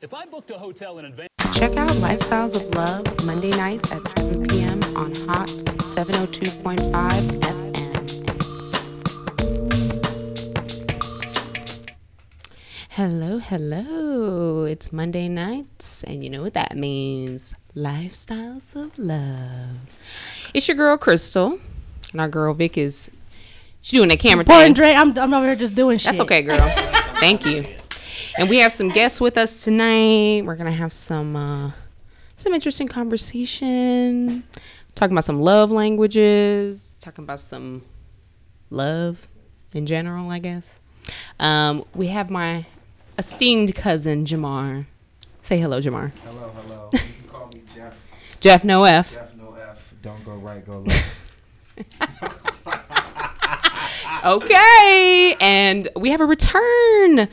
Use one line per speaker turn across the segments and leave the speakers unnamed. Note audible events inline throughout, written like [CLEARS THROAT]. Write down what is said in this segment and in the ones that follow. If I booked a hotel in advance,
Check out Lifestyles of Love Monday nights at 7 p.m. on Hot 702.5 FM. Hello, hello. It's Monday nights, and you know what that means Lifestyles of Love. It's your girl, Crystal, and our girl, Vic, is she doing that camera
Poor
thing.
Andre, I'm, I'm over here just doing shit.
That's okay, girl. Thank you. And we have some guests with us tonight. We're gonna have some uh, some interesting conversation. Talking about some love languages. Talking about some love in general, I guess. Um, we have my esteemed cousin Jamar. Say hello, Jamar.
Hello,
[LAUGHS]
hello. You can call me Jeff.
Jeff No F.
Jeff, no F. Don't go right, go left.
Okay, and we have a return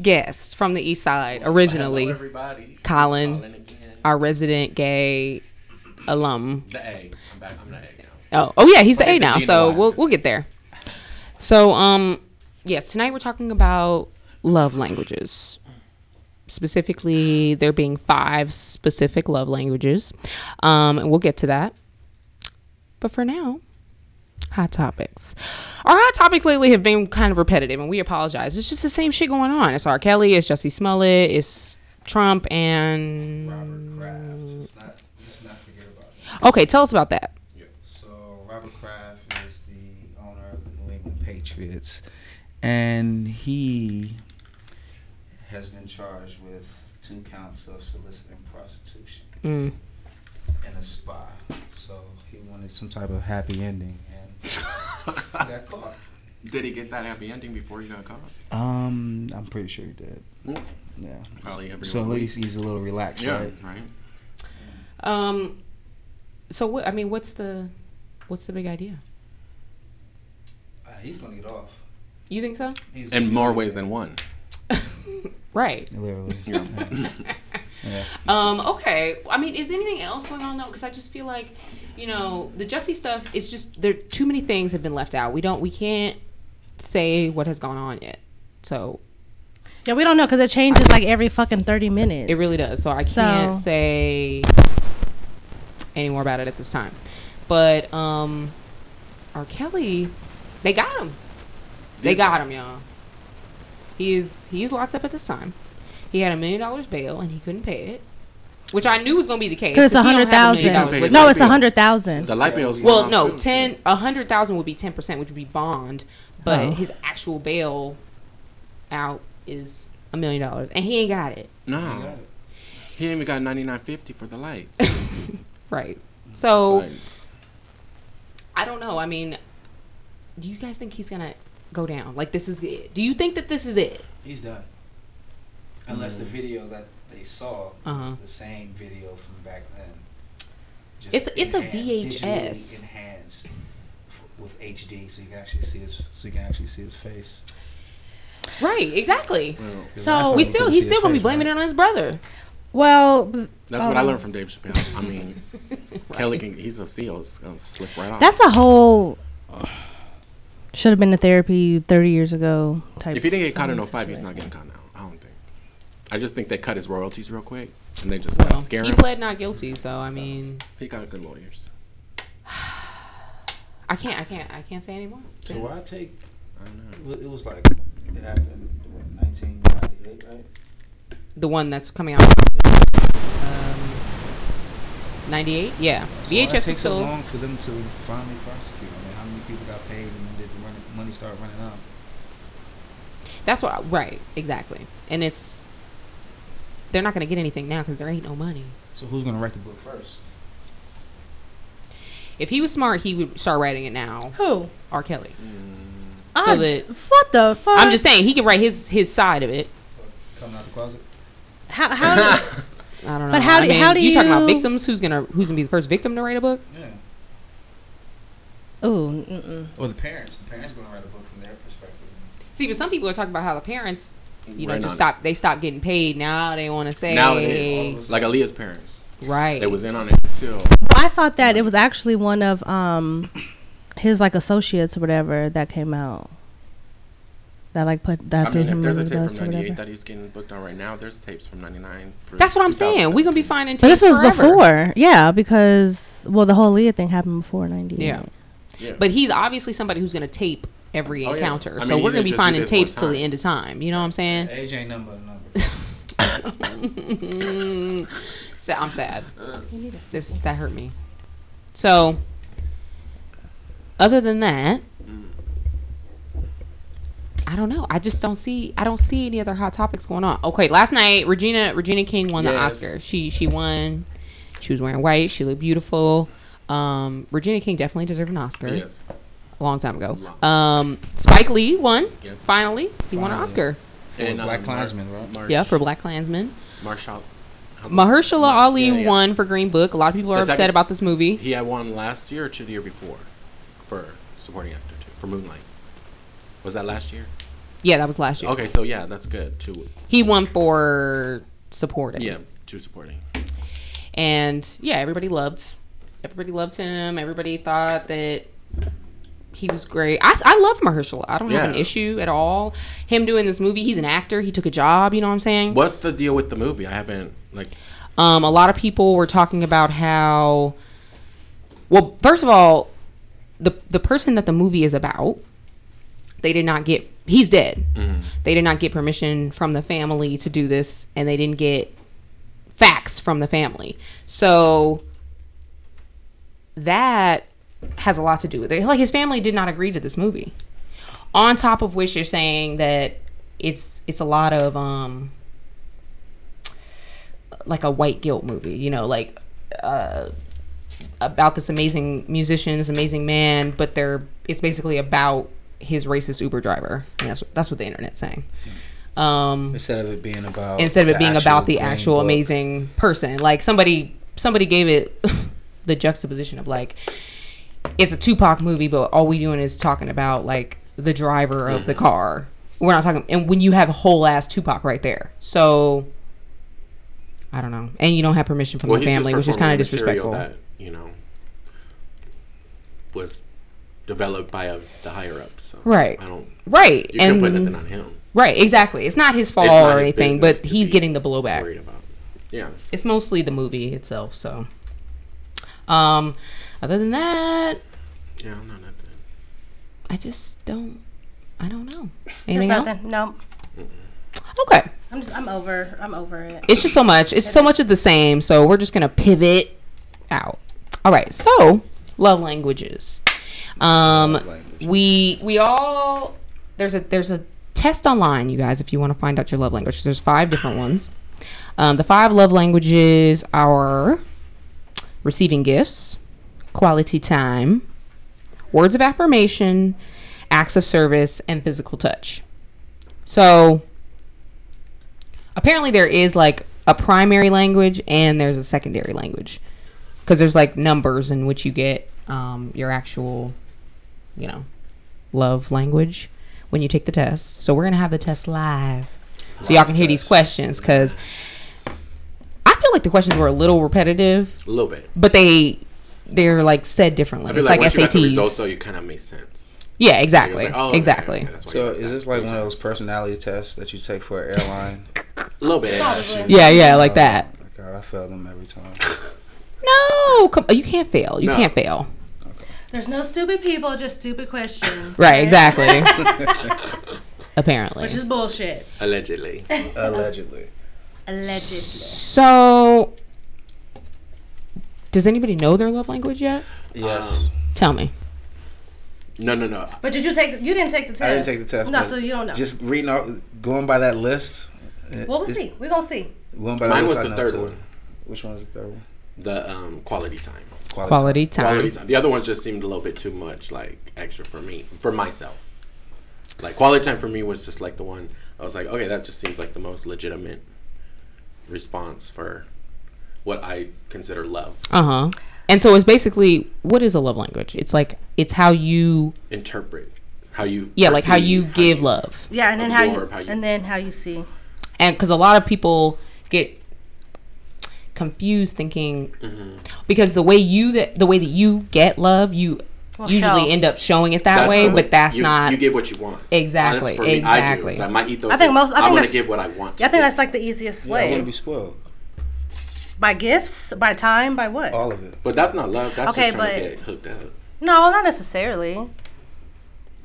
guest from the East Side originally.
everybody.
Colin.
Colin again.
our resident gay alum.
The A. I'm back. I'm the A now.
Oh, oh yeah, he's the A
Forget the
now,
Gina
so
line.
we'll we'll get there. So, um, yes, tonight we're talking about love languages. Specifically, there being five specific love languages, um, and we'll get to that. But for now, hot topics. Our hot topics lately have been kind of repetitive, and we apologize. It's just the same shit going on. It's R. Kelly, it's Jesse Smollett, it's Trump, and
Robert Kraft. Let's not, let's not forget about him.
Okay, tell us about that.
So, Robert Kraft is the owner of the New England Patriots, and he has been charged with two counts of soliciting prostitution
Mm.
and a spy. So, he wanted some type of happy ending and
[LAUGHS]
got caught.
Did he get that happy ending before he got caught?
Um, I'm pretty sure he did.
Mm.
Yeah.
Probably every
So, at
one
least he's a little relaxed,
week. Yeah.
right?
Right.
Um, so what? I mean, what's the what's the big idea?
Uh, he's going to get off.
You think so?
He's
In more ways than one.
Right.
[LAUGHS] Literally.
Yeah.
Yeah.
Um. Okay. I mean, is anything else going on though? Because I just feel like, you know, the Jesse stuff is just there. Too many things have been left out. We don't. We can't say what has gone on yet. So
Yeah, we don't know because it changes like every fucking 30 minutes.
it really does. So I
So-
can't say any more about it at this time. But um, R. Kelly, they got him. They got him, y'all. He's he's locked up at this time. He had a million dollars bail and he couldn't pay it, which I knew was going to be the case.
Because it's a
he don't have a
100,000.
million dollars
He
with
couldn't
him.
No, it's a
Yeah.
100,000.
The light bill's
Well,
gone
no,
too, so-
ten a hundred thousand would be ten percent, which would be bond, but
Oh.
his actual bail out is a million dollars, and he ain't got it.
He got
No.
it.
He ain't even got ninety nine fifty for the lights.
Right. So
Like,
I don't know. I mean, do you guys think he's gonna go down? Like this is it? Do you think that this is it?
He's done. Unless the video that they saw
Uh-huh.
was the same video from back then. Just
It's- it's a
enhan- digitally
VHS.
enhanced f- with HD, so you can actually see his so you can actually see his face.
Right. Exactly.
well,
So
we still he's still gonna be blaming it on his brother.
well,
that's what I
Um,
learned from Dave Chappelle. I [LAUGHS] mean, Kelly can. He's a seal. It's gonna slip right off.
that's a whole should have been to therapy 30 years ago type.
if he didn't get caught in
of
05, he's not getting caught now. I don't think. I just think they cut his royalties real quick, and they just
Well,
uh, scare
he
him.
pled not guilty, so I mean,
He got good lawyers.
I can't, I can't, I can't say anymore.
So why take
I don't know.
it wa- it was like it happened in nineteen ninety eight, right?
The one that's coming out. Um, 98? Yeah.
So why it
VHS
take
was
so
still.
long for them to finally prosecute. I mean how many people got paid and when did the money, money start running out?
That's what. I- Right. Exactly. And it's. They're not going to get anything now because there ain't no money.
So who's gonna write the book first?
If he was smart, he would start writing it now.
Who?
R. Kelly.
I-
that-
what the fuck?
I'm just saying he can write his his side of it.
Coming out the closet?
How,
[LAUGHS]
how,
I don't know.
But how
I
do- how do
you talking about
you-
victims? Who's gonna who's gonna be the first victim to write a book?
Yeah.
ooh, mm-mm.
Or the parents. The parents gonna write a book from their perspective.
See, but some people are talking about how the parents, you know,
Right
just
on.
stop they stop getting paid. Now they want to say
Now it is.
Hey.
Like Aaliyah's parents.
right.
They was in on it until
Well, I thought that it was actually one of um his like associates or whatever that came out. that like put that
I
threw
mean,
him
if there's
over the
a tape
bus
from
or whatever.
'98 that he's getting booked on right now, there's tapes from '99.
That's what I'm saying. We're gonna be finding.
But this
tapes
was
forever.
before, yeah, because well, the whole Leah thing happened before ninety.
Yeah.
Yeah.
But he's obviously somebody who's gonna tape every
Oh, yeah.
encounter.
I
so
mean,
we're
he
gonna
didn't
be
just do
finding
this one
tapes till the
time.
end of time. You know what I'm saying?
Age ain't nothing but a
[LAUGHS]
number.
Mm. Sa- I'm sad. This that hurt me. So, other than that, I don't know. I just don't see. I don't see any other hot topics going on. Okay, last night Regina Regina King won the
Yes.
Oscar. She she won. She was wearing white. She looked beautiful. Um, Regina King definitely deserved an Oscar
yes.
a long time ago.
Long.
Um, Spike Lee won.
Yeah.
Finally, he won an
Finally.
Oscar.
And, um,
Black
Mar-
Klansman, right?
Marsh-
Yeah, for Black Klansman.
Marshall.
Mahershala
Mar-
Ali
yeah, yeah.
won for Green Book. A lot of people are
The
upset
second-
about this movie.
He had won last year or two the year before for supporting actor too, for Moonlight. Was that last year?
Yeah, that was last year.
Okay, so yeah, that's good. Two,
He won for supporting.
yeah, two supporting.
And yeah, everybody loved. Everybody loved him. Everybody thought that he was great. I, I love Mahershala. I don't have an
Yeah.
issue at all. Him doing this movie, he's an actor. He took a job. You know what I'm saying?
What's the deal with the movie? I haven't like.
Um, a lot of people were talking about how. Well, first of all, the the person that the movie is about, they did not get. He's dead. They did not get permission from the family to do this, and they didn't get facts from the family. So that has a lot to do with it. Like his family did not agree to this movie. On top of which, you're saying that it's it's a lot of um like a white guilt movie, you know, like uh, about this amazing musician, this amazing man, but they're it's basically about his racist Uber driver. And that's that's what the internet's saying. Um,
Instead of it being about
instead of it
the
being
actual
about the
Green
actual
Book.
amazing person. Like somebody somebody gave it [LAUGHS] the juxtaposition of like it's a Tupac movie, but all we doing is talking about like the driver of the
Mm-hmm.
car. We're not talking and when you have a whole ass Tupac right there. So I don't know. And you don't have permission from
Well,
the
he's just
family, which is kind
performing
of
material
disrespectful.
That, you know, was developed by a, the higher ups. So
Right.
I don't.
right.
You
and
can't put anything on him.
right, exactly. It's not his fault
It's not
or
his
anything,
business
but
to
he's
be
getting the blowback.
Worried about. Yeah.
it's mostly the movie itself. So, um, other than that,
Yeah. I'm not nothing.
I just don't. I don't know. Anything else?
No,
Okay.
I'm just I'm over I'm over it.
It's just so much. It's so much of the same. So we're just gonna pivot out. All right. So love languages. Um,
Love languages.
we we all there's a there's a test online, you guys, if you want to find out your love languages. There's five different ones. Um, the five love languages are receiving gifts, quality time, words of affirmation, acts of service, and physical touch. So apparently there is like a primary language and there's a secondary language because there's like numbers in which you get um, your actual you know love language when you take the test so we're gonna have the test live so y'all can hear these
test.
questions because i feel like the questions were a little repetitive
A little bit.
but they they're like said differently
I feel
it's
like,
like,
once you got the
sats
results, though, you kind of make sense.
yeah
Like, it was
exactly
like, oh, okay,
exactly
okay, that's why
So
you guys
is
got
this like
three
one of those
times.
personality tests that you take
[LAUGHS]
for an airline?
A little bit.
Probably.
yeah yeah like that
Oh, God, I fail them
[LAUGHS]
every time. [LAUGHS]
no come, you can't fail you
No.
can't fail
There's no stupid people, just stupid questions.
Right,
[LAUGHS]
exactly. Apparently.
bullshit.
Allegedly.
Allegedly.
Allegedly.
So, does anybody know their love language yet?
Um,
Yes.
Tell me.
No, no, no.
But did you take? The, you didn't take the test.
I didn't take the test.
No,
but
so you don't know.
Just reading out, going by that list. uh,
well, we'll
it's-
see. We're gonna see.
Going by that
Mine was
list,
the
I know
third
too.
one.
Which one is the third one?
The um, quality time.
Quality time.
Quality time. The other ones just seemed a little bit too much, like extra for me, for myself. Like quality time for me was just like the one I was like, okay, that just seems like the most legitimate response for what I consider love.
Uh huh. And so it's basically what is a love language? It's like it's how you
Interpret how you
yeah like how you
perceive,
give love,
Yeah, and then how you,
Absorb how you-
and then how you see.
and because a lot of people get
Mm-hmm.
confused thinking because the way you that the way that you get love you
Well,
usually
show.
end up showing it that
That's
way,
the-
but that's
you,
not.
You give what you want.
Exactly,
Honest, for me, I do.
exactly.
Like, my ethos.
I think
is,
most- I think
want to
that's-
give what I want.
Yeah, I
to
think
give.
that's like the easiest
Yeah, I
way.
want to be spoiled.
by gifts, by time, by what?
All of it.
But that's not love. That's
Okay,
just trying to
but-
get hooked up,
No, not necessarily.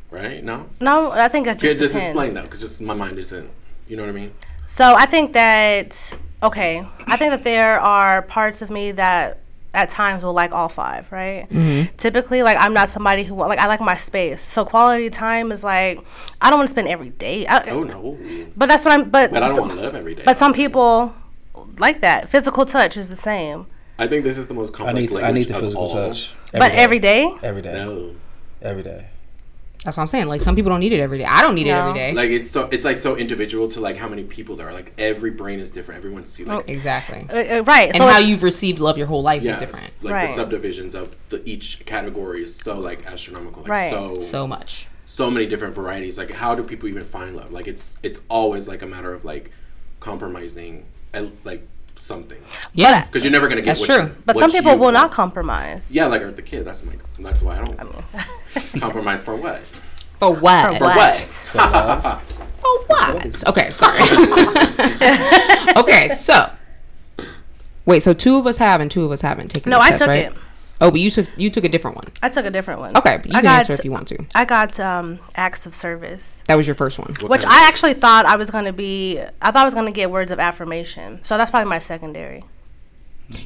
right? No.
No, I think that
Yeah,
just
just
depends.
explain though, because just my mind isn't. You know what I mean?
So I think that okay, I think that there are parts of me that at times will like all five, right?
Mm-hmm.
Typically, like I'm not somebody who like I like my space. So quality time is like I don't want to spend every day. I,
Oh no.
But that's what I'm. But
But I don't
so-
want love every day.
but some people like that. Physical touch is the same,
I think this is the most
I
complex
need
language
I need the
of
physical
all.
touch.
but every day.
Every day.
No.
Every day.
that's what I'm saying. Like some people don't need it every day. I don't need it
No.
every day.
Like it's so it's like so individual to like how many people there are. Like every brain is different. Everyone's see
Oh,
like
exactly.
Uh, uh, right.
And
so
how
it's-
you've received love your whole life
yeah,
is different.
like
Right.
the subdivisions of the each category is so like astronomical. Like
Right.
so, so
So much.
many different varieties. Like how do people even find love? Like it's it's always like a matter of like compromising and like something
Yeah.
because you're never gonna get
That's
what
true.
you-
But
what
some people
you
will not
want.
compromise.
Yeah, like or the kid. That's my. That's why I don't [LAUGHS] compromise for
[LAUGHS]
what.
For what?
For what?
For love.
For what? Okay, sorry. [LAUGHS] okay, so wait. So two of us have and two of us haven't taken.
No,
this
I
test,
took
right?
it.
Oh, but you took you took a different one.
I took a different one.
Okay, but you
I
can
got,
answer if you want to.
I got um, acts of service.
That was your first one.
Which I actually thought I was going to be, I thought I was going to get words of affirmation. So that's probably my secondary.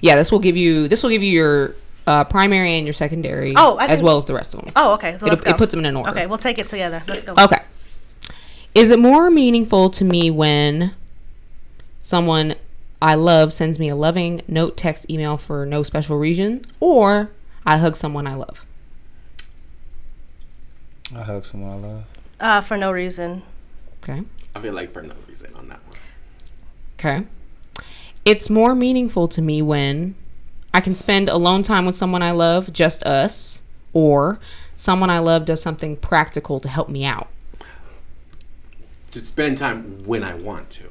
Yeah, this will give you this will give you your uh, primary and your secondary.
Oh, I
as
can-
well as the rest of them.
Oh, okay. So
It'll-
let's go.
it puts them in an order.
Okay, we'll take it together. Let's go.
Okay. Is it more meaningful to me when someone I love sends me a loving note, text, email for no special reason, or I hug someone I love?
I hug someone I love.
Uh, for no reason.
Okay.
I feel like for no reason on that one.
Okay. It's more meaningful to me when I can spend alone time with someone I love, just us, or someone I love does something practical to help me out.
To spend time when I want to.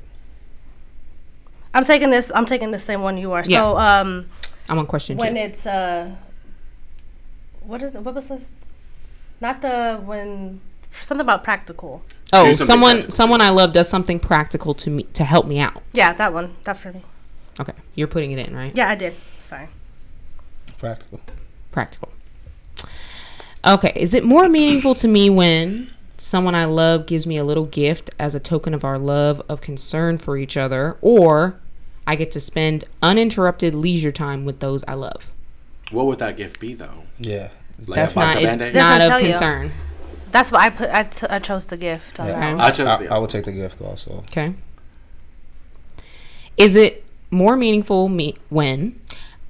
I'm taking this, I'm taking the same one you are.
Yeah.
So um,
I'm on question
when
two.
it's, uh, what is it? What was this? Not the, when, something about practical.
oh,
Do something
someone
practical.
someone I love does something practical to me to help me out.
Yeah, that one. That for me.
Okay, you're putting it in right.
Yeah, I did. Sorry.
Practical.
practical. Okay, is it more meaningful to me when someone I love gives me a little gift as a token of our love of concern for each other, or I get to spend uninterrupted leisure time with those I love?
What would that gift be though?
Yeah.
Like
That's
a box
not
of
it's
Band-Aids?
not
Doesn't
of
tell you.
concern.
That's what I put, I, t- I chose the gift on
Yeah.
that one.
I
Okay.
chose
I,
the
I would take the gift also.
Okay. Is it more meaningful me when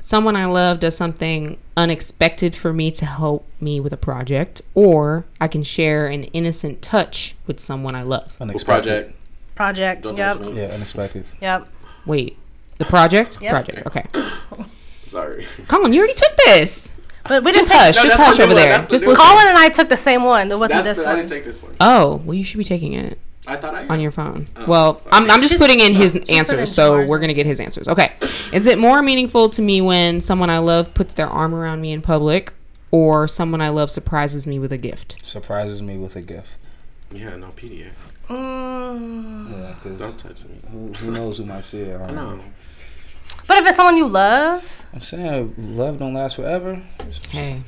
someone I love does something unexpected for me to help me with a project, or I can share an innocent touch with someone I love?
Book
Unexpected.
project.
Project.
Don't
yep.
judge me.
Yeah, unexpected.
Yep.
Wait, the project?
Yep.
Project. Okay.
[LAUGHS]
Sorry.
Colin, you already took this.
But we [LAUGHS]
Just
just
hush.
take,
No,
just
that's
hush
the
over
new one,
there.
that's the
Just
new
listen.
Colin and I took the same one. It wasn't
That's
this
the, I didn't
one.
take this one.
Oh, well, you should be taking it
I thought I
on your phone.
Oh,
well,
sorry.
I'm, I'm just
She's-
putting in his
in
answers, so
hers
we're going to get his answers. Okay. Is it more meaningful to me when someone I love puts their arm around me in public or someone I love surprises me with a gift?
Surprises me with a gift.
Yeah, no PDF.
Mm.
Yeah, 'cause
Don't touch me.
Oh.
who, who knows who might see it?
I
on-
know. [LAUGHS]
But if it's someone you love,
I'm saying love don't last forever.
Hey.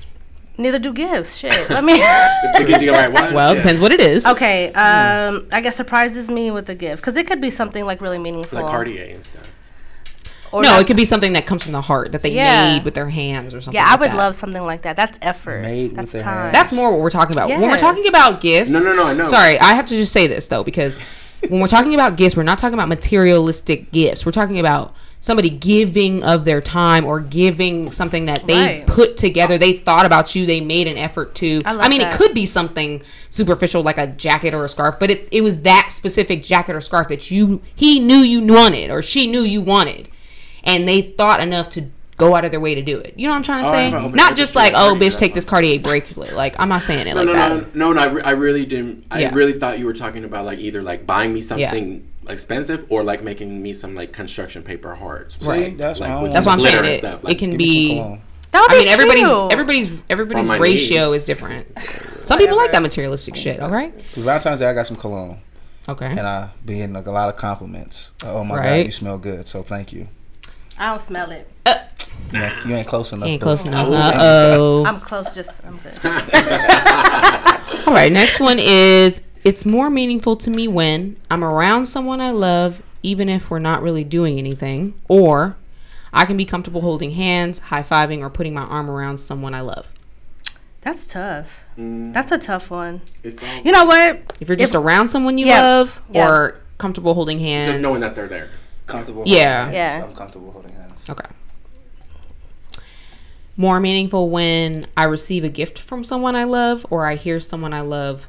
neither do gifts. Shit.
[LAUGHS]
I mean,
If you get
[LAUGHS]
the right one.
Well, depends what it is.
[LAUGHS] okay. Um, I guess surprises me with a gift because it could be something like really meaningful.
Like Cartier and stuff.
Or
No,
like-
it could be something that comes from the heart that they
Yeah.
made with their hands or something.
yeah, I
like
would
that.
love something like that. That's effort.
Made with
That's
their
time.
hands.
That's more what we're talking about. When we're talking
Yes.
about gifts.
No, no, no, I know.
Sorry, I have to just say this though because [LAUGHS] when we're talking about gifts, we're not talking about materialistic gifts. We're talking about somebody giving of their time or giving something that they
Right.
put together. They thought about you. They made an effort to.
I
I,
love
mean,
that.
it could be something superficial like a jacket or a scarf, but it, it was that specific jacket or scarf that you he knew you wanted or she knew you wanted, and they thought enough to go out of their way to do it. You know what I'm trying to
Oh, I
say?
haven't opened
Not
up
just
this
like,
yet. I
oh,
already
bitch,
got
take this
mine.
Cartier bracelet. Like, I'm not saying it
No,
like
no,
that.
no, no, no. I, re- I really didn't. I
Yeah.
really thought you were talking about like either like buying me something expensive or like making me some like construction paper hearts.
Right. That's
like,
my
with
own-
some
That's what I'm
glitter
saying.
and
It,
stuff,
it
like-
can
Give me
be
some cologne.
That would be
I mean, everybody's
cute.
everybody's everybody's
my
ratio
niece.
is different. Some people like that materialistic shit. All right.
So Valentine's Day, I got some cologne,
Okay.
and I be getting like, a lot of compliments. Oh my
Right.
god, you smell good. So thank you.
I don't smell it.
You ain't, you ain't close enough.
Ain't
boo.
close enough. Uh oh.
I'm close. Just I'm
[LAUGHS]
good.
All right. Next one is it's more meaningful to me when I'm around someone I love, even if we're not really doing anything, or I can be comfortable holding hands, high fiving, or putting my arm around someone I love.
That's tough. That's a tough one.
It's all
You know what?
If you're just around someone you
Yeah.
love,
Yeah.
or comfortable holding hands.
just knowing that they're there.
Comfortable.
Yeah.
holding
Yeah.
hands. I'm comfortable holding hands.
Okay. More meaningful when I receive a gift from someone I love or I hear someone I love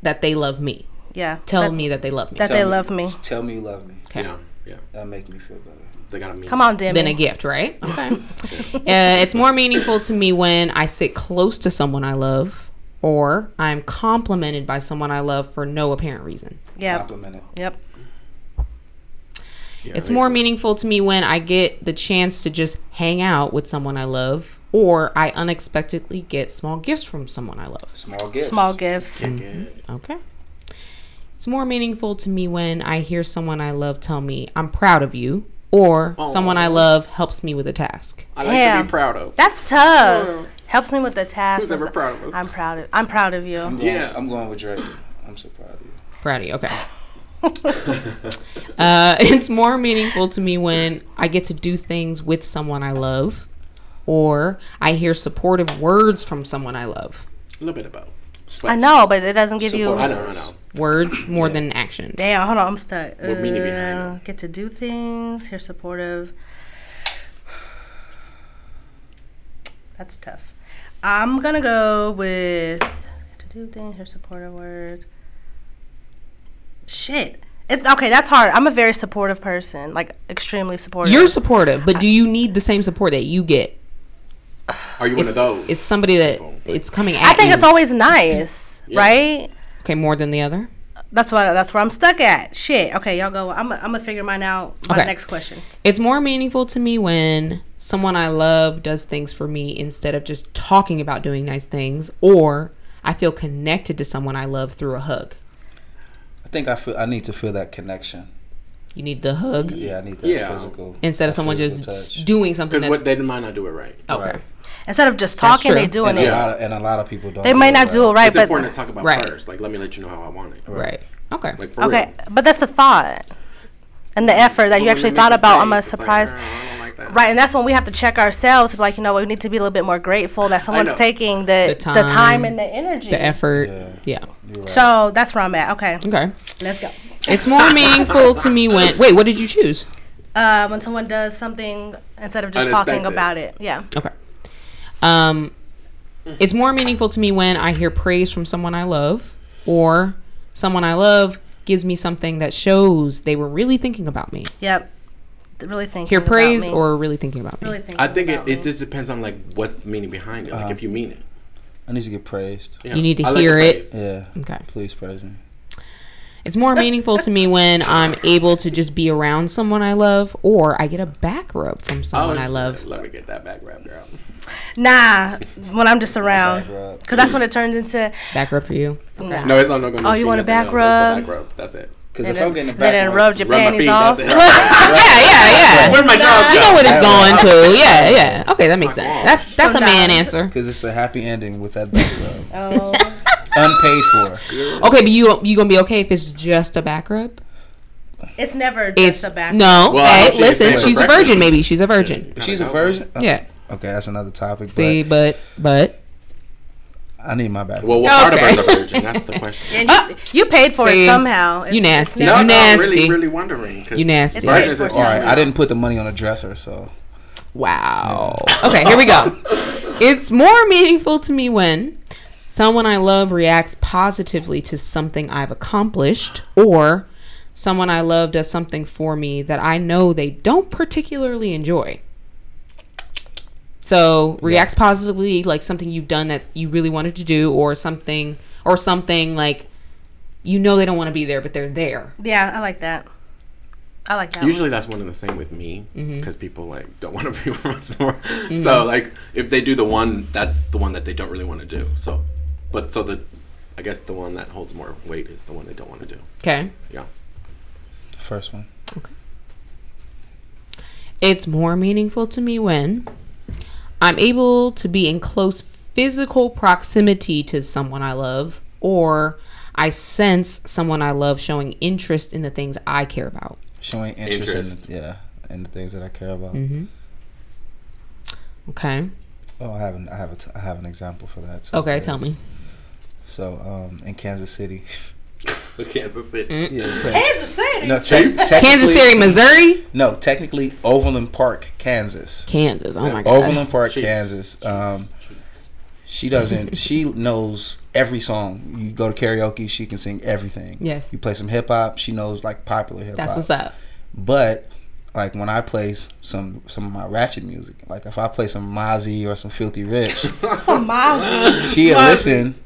that they love me.
Yeah.
Tell
that-
me that they love me.
that they
me-
love me.
Tell me you love me.
Okay.
Yeah, yeah.
That make me feel better.
They gotta meet.
Come on, Demi.
Than a gift, right? Okay. uh, it's more meaningful to me when I sit close to someone I love or I'm complimented by someone I love for no apparent reason.
Yep.
Compliment it.
Yep.
Yeah,
It's
there
more
you
meaningful to me when I get the chance to just hang out with someone I love or I unexpectedly get small gifts from someone I love.
Small gifts.
Small gifts.
go. Yeah.
Okay. It's more meaningful to me when I hear someone I love tell me, I'm proud of you, or
Oh.
someone I
Aw.
love helps me with a task.
I like to
Damn.
be proud of.
That's tough. Helps me with the task.
Who's ever proud of us?
I'm proud of. I'm proud of you.
I'm going,
Yeah.
I'm going with Drake. I'm so proud of you.
Proud of you. Okay. uh, [LAUGHS] it's more meaningful to me when I get to do things with someone I love, or I hear supportive words from someone I love.
A little bit about.
I know, but it doesn't give you.
Support.
I know. I know.
Words more than actions.
Damn, hold on, I'm stuck.
What meaning behind
Uh, get to do things. You're supportive. [SIGHS] That's tough. I'm gonna go with to do things. Here's supportive words. Shit. It, okay, that's hard. I'm a very supportive person, like extremely supportive.
You're supportive, but do you need the same support that you get?
Are you one of those?
It's somebody that it's coming at
I think
you.
it's always nice,
Yeah.
right?
okay more than the other.
That's what. That's where I'm stuck at. Shit. Okay, y'all go. I'm. I'm gonna figure mine out. My
Okay.
next question.
It's more meaningful to me when someone I love does things for me instead of just talking about doing nice things, or I feel connected to someone I love through a hug.
I think I feel. I need to feel that connection.
You need the hug
Yeah, I need that
Yeah.
physical.
instead of
that
someone just
physical touch.
doing something.
Because
That,
what they might not do it right.
okay,
Right.
Instead of just
That's
talking, they
true.
doing
and,
it.
a lot of, and a lot of people don't.
They may not do it right,
it's
but
important to talk about
Right.
first. Like, let me let you know how I want it.
right, okay.
Like for
okay,
real.
but that's the thought and the effort that
But
you
when
actually
they
thought
make
about. I'm a
mistakes, it's like,
surprise,
"Girl, I don't like that."
right? And that's when we have to check ourselves to be like, you know, we need to be a little bit more grateful that someone's
know.
taking the the
The
time,
time,
and the energy.
The effort,
Yeah.
yeah.
You're right.
So that's where I'm at. Okay,
Okay,
let's go.
it's more meaningful to me when. Wait, what did you choose?
Uh, when someone does something instead of just talking
Unexpected.
about it, yeah.
Okay. Um, it's more meaningful to me when I hear praise from someone I love, or someone I love gives me something that shows they were really thinking about me.
Yep. Th- Really thinking.
Hear
about
praise
me.
or really thinking about me.
Really thinking.
I think it,
about me.
it just depends on like what's the meaning behind it. Like if you mean it,
I need to get praised.
Yeah.
You need to
I like
hear
the
it.
praise.
Yeah.
Okay.
Please praise me.
It's more meaningful to me when I'm able to just be around someone I love, or I get a back rub from someone
was
I
just
love.
like, Let me get that back wrapped around.
nah. When I'm just around,
Back rub.
because that's when it turns into.
Back rub for you.
Nah.
No, it's not going.
Oh, you want a back
Back rub. That's it.
Because
They
if
done-
I'm getting a
they
back
done
rub-
rubbed your
Rub my
panties
feet,
off.
that's it.
Yeah, yeah, yeah.
Where
[LAUGHS]
my
You
jobs
know
go?
what it's going to. Yeah, yeah. Okay, that makes sense. That's that's a man
Sometimes.
answer.
Because it's a happy ending with that back rub.
[LAUGHS] Oh.
[LAUGHS] Unpaid for.
Okay, but you you gonna be okay if it's just a back rub?
It's never just
It's
a back.
no.
Well, I
hey,
hope she gets
listen,
paid for
she's a
breakfast.
virgin. Maybe she's a virgin.
If she's a virgin. uh,
Yeah.
Okay, that's another topic.
See, but but
but I need my back rub.
Well, what part of
Okay.
us are virgin? That's the
[LAUGHS]
question.
And you, you paid for
See,
it somehow. It's-
you
it's
nasty.
never-
No,
You
no, I'm really,
nasty.
really wondering. 'cause
You nasty. It's
Virgins
paid
is
for.
All right,
usually-
I didn't put the money on a dresser, so
wow. Okay, here we go. It's more meaningful to me when someone I love reacts positively to something I've accomplished, or someone I love does something for me that I know they don't particularly enjoy. So reacts positively, like something you've done that you really wanted to do, or something, or something like you know they don't want to be there, but they're there.
Yeah, I like that. I like that. one.
Usually that's one and the same with me
Mm-hmm.
because people like don't want to be [LAUGHS] with more. So like if they do the one, that's the one that they don't really want to do. So, but so the, I guess the one that holds more weight is the one they don't want to do. [LAUGHS]
Okay.
Yeah.
First one.
It's more meaningful to me when I'm able to be in close physical proximity to someone I love, or I sense someone I love showing interest in the things I care about.
Showing interest,
Interest.
in yeah, in the things that I care about.
Mm-hmm. Okay.
Oh, I have an I have a t- I have an example for that. so-
Okay. Tell me.
So, um, in Kansas City.
Kansas City.
[LAUGHS] yeah, but-
Kansas City.
no, te-
Kansas
technically-
City, Missouri.
No, technically Overland Park, Kansas.
Kansas. Oh my God.
Overland Park,
Chiefs.
Kansas. Um,
[LAUGHS]
she doesn't. she knows every song. You go to karaoke, she can sing everything.
Yes.
You play some hip hop, she knows like popular hip hop.
That's what's up.
But like when I play s- some some of my ratchet music, like if I play some Mozzie or some Filthy Rich,
Some miles.
she'll listen.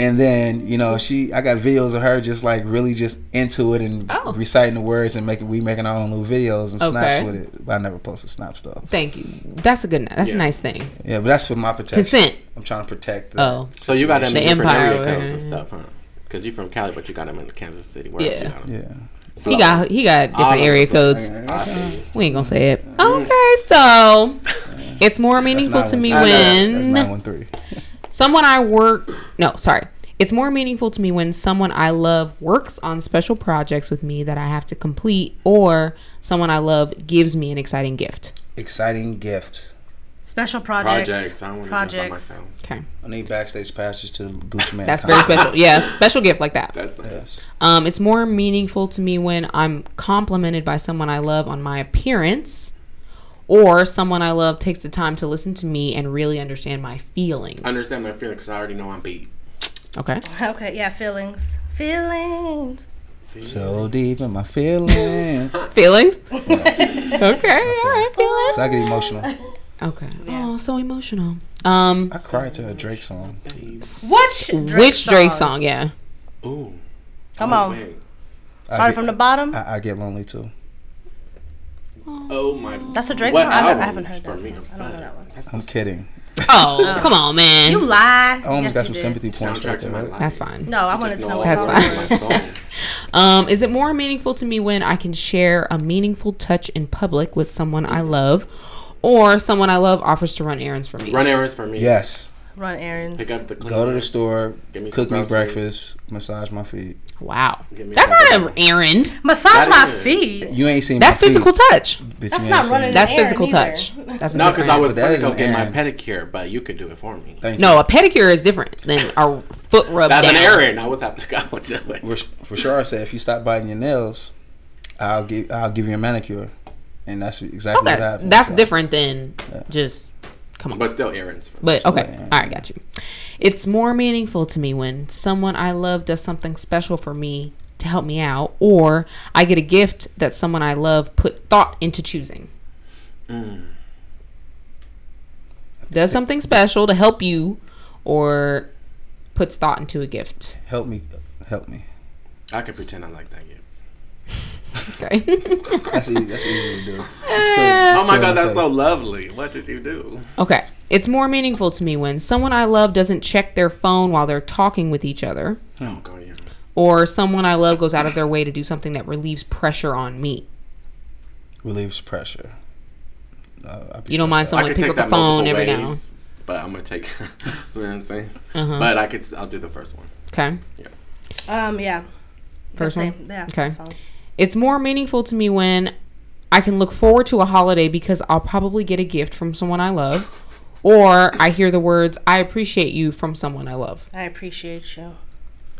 And then you know she, I got videos of her just like really just into it and
Oh.
reciting the words and making we making our own little videos and snaps
Okay.
with it. But I never posted snap stuff.
Thank you. That's a good. That's
Yeah.
a nice thing.
Yeah, but that's for my protection.
Consent.
I'm trying to protect. The,
Oh.
So you got him
The
in different
Empire
area
over
codes and
here.
stuff, huh? Because you're from Cali, but you got him in Kansas City. Where else you
Yeah.
got him?
Yeah.
He got he got
All
different
over
area
the place.
codes.
I-
We ain't gonna say it. Okay, so it's more meaningful to me
That's
when
913.
someone I work. No, sorry. It's more meaningful to me when someone I love works on special projects with me that I have to complete, or someone I love gives me an exciting gift.
Exciting gift.
Special projects.
Projects. I want to do by
projects.
myself.
Okay,
I need backstage passes to the Gucci Man.
that's
[LAUGHS]
very special. Yeah, special gift like that.
That's nice.
Yes.
Um, it's more meaningful to me when I'm complimented by someone I love on my appearance, or someone I love takes the time to listen to me and really understand my feelings.
Understand my feeling because I already know I'm beat.
okay.
Okay, yeah, feelings. Feelings.
So deep in my feelings. so
[LAUGHS]
Feelings? okay, all right, feelings.
I get emotional.
Okay. Oh, so emotional. Um,
I cried to a Drake song.
Which Drake
which Drake
song?
song?
[LAUGHS]
Yeah.
Ooh.
Come
Oh,
on.
wait.
Started from the bottom.
I, I get lonely too.
Oh my.
That's a Drake
What
song. I, don't- I
album
haven't heard
for
that.
me?
Song. I don't know that one.
That's
I'm
the
kidding.
Oh, come on, man.
You lie.
I almost
yes,
got
you
some
did.
sympathy points
soundtrack
right
to
there.
my
right?
life.
That's fine.
No, I
You
wanted
just
to know
know
what
all
song
That's
it
about
was.
my song.
[LAUGHS]
Um, is it more meaningful to me when I can share a meaningful touch in public with someone I love, or someone I love offers to run errands for me?
Run errands for me.
Yes.
Run errands.
Pick up the
Go to
cleaner.
the store,
Give me some
cook me
groceries.
breakfast, massage my feet.
Wow,
Give me
that's
something.
not an errand.
Massage
That
my
is-
feet.
You ain't seen
That's
my feet,
physical touch.
bitch, you
That's
ain't
not
seen
running
it.
That's
An errand
physical
either. [LAUGHS]
touch. That's
No,
no,
because I was
But that
going to
is
go
an
get my
errand.
pedicure, but you could do it for me.
Thank
no. A pedicure is different than a foot rub.
That's an
down.
errand. I was have to [LAUGHS] go to it.
Rash- Rashard said, if you stop biting your nails, I'll give I'll give you a manicure, and that's exactly what
Okay,
happened.
that's
So,
different than just come on.
But still errands. For
But okay,
yeah.
all right, got you. It's more meaningful to me when someone I love does something special for me to help me out, or I get a gift that someone I love put thought into choosing. Does something special to help you, or puts thought into a gift.
Help me,
[LAUGHS]
help me.
I could pretend I like that gift.
Okay. [LAUGHS]
That's easy, that's easy to do.
Oh my god, that's so lovely. What did you do?
Okay. It's more meaningful to me when someone I love doesn't check their phone while they're talking with each other.
Oh god, yeah.
or someone I love goes out of their way to do something that relieves pressure on me.
relieves pressure. Uh, I
You don't mind
appreciate
I
someone
could
picks
take
up the
that
phone
multiple
every now.
ways, but I'm gonna take. [LAUGHS] you know what I'm saying?
Uh-huh.
But I could. s- I'll do the first one.
Okay.
Um, yeah.
First
The
one?
same, Yeah.
Okay.
phone.
It's more meaningful to me when I can look forward to a holiday because I'll probably get a gift from someone I love, or I hear the words "I appreciate you" from someone I love.
I appreciate you.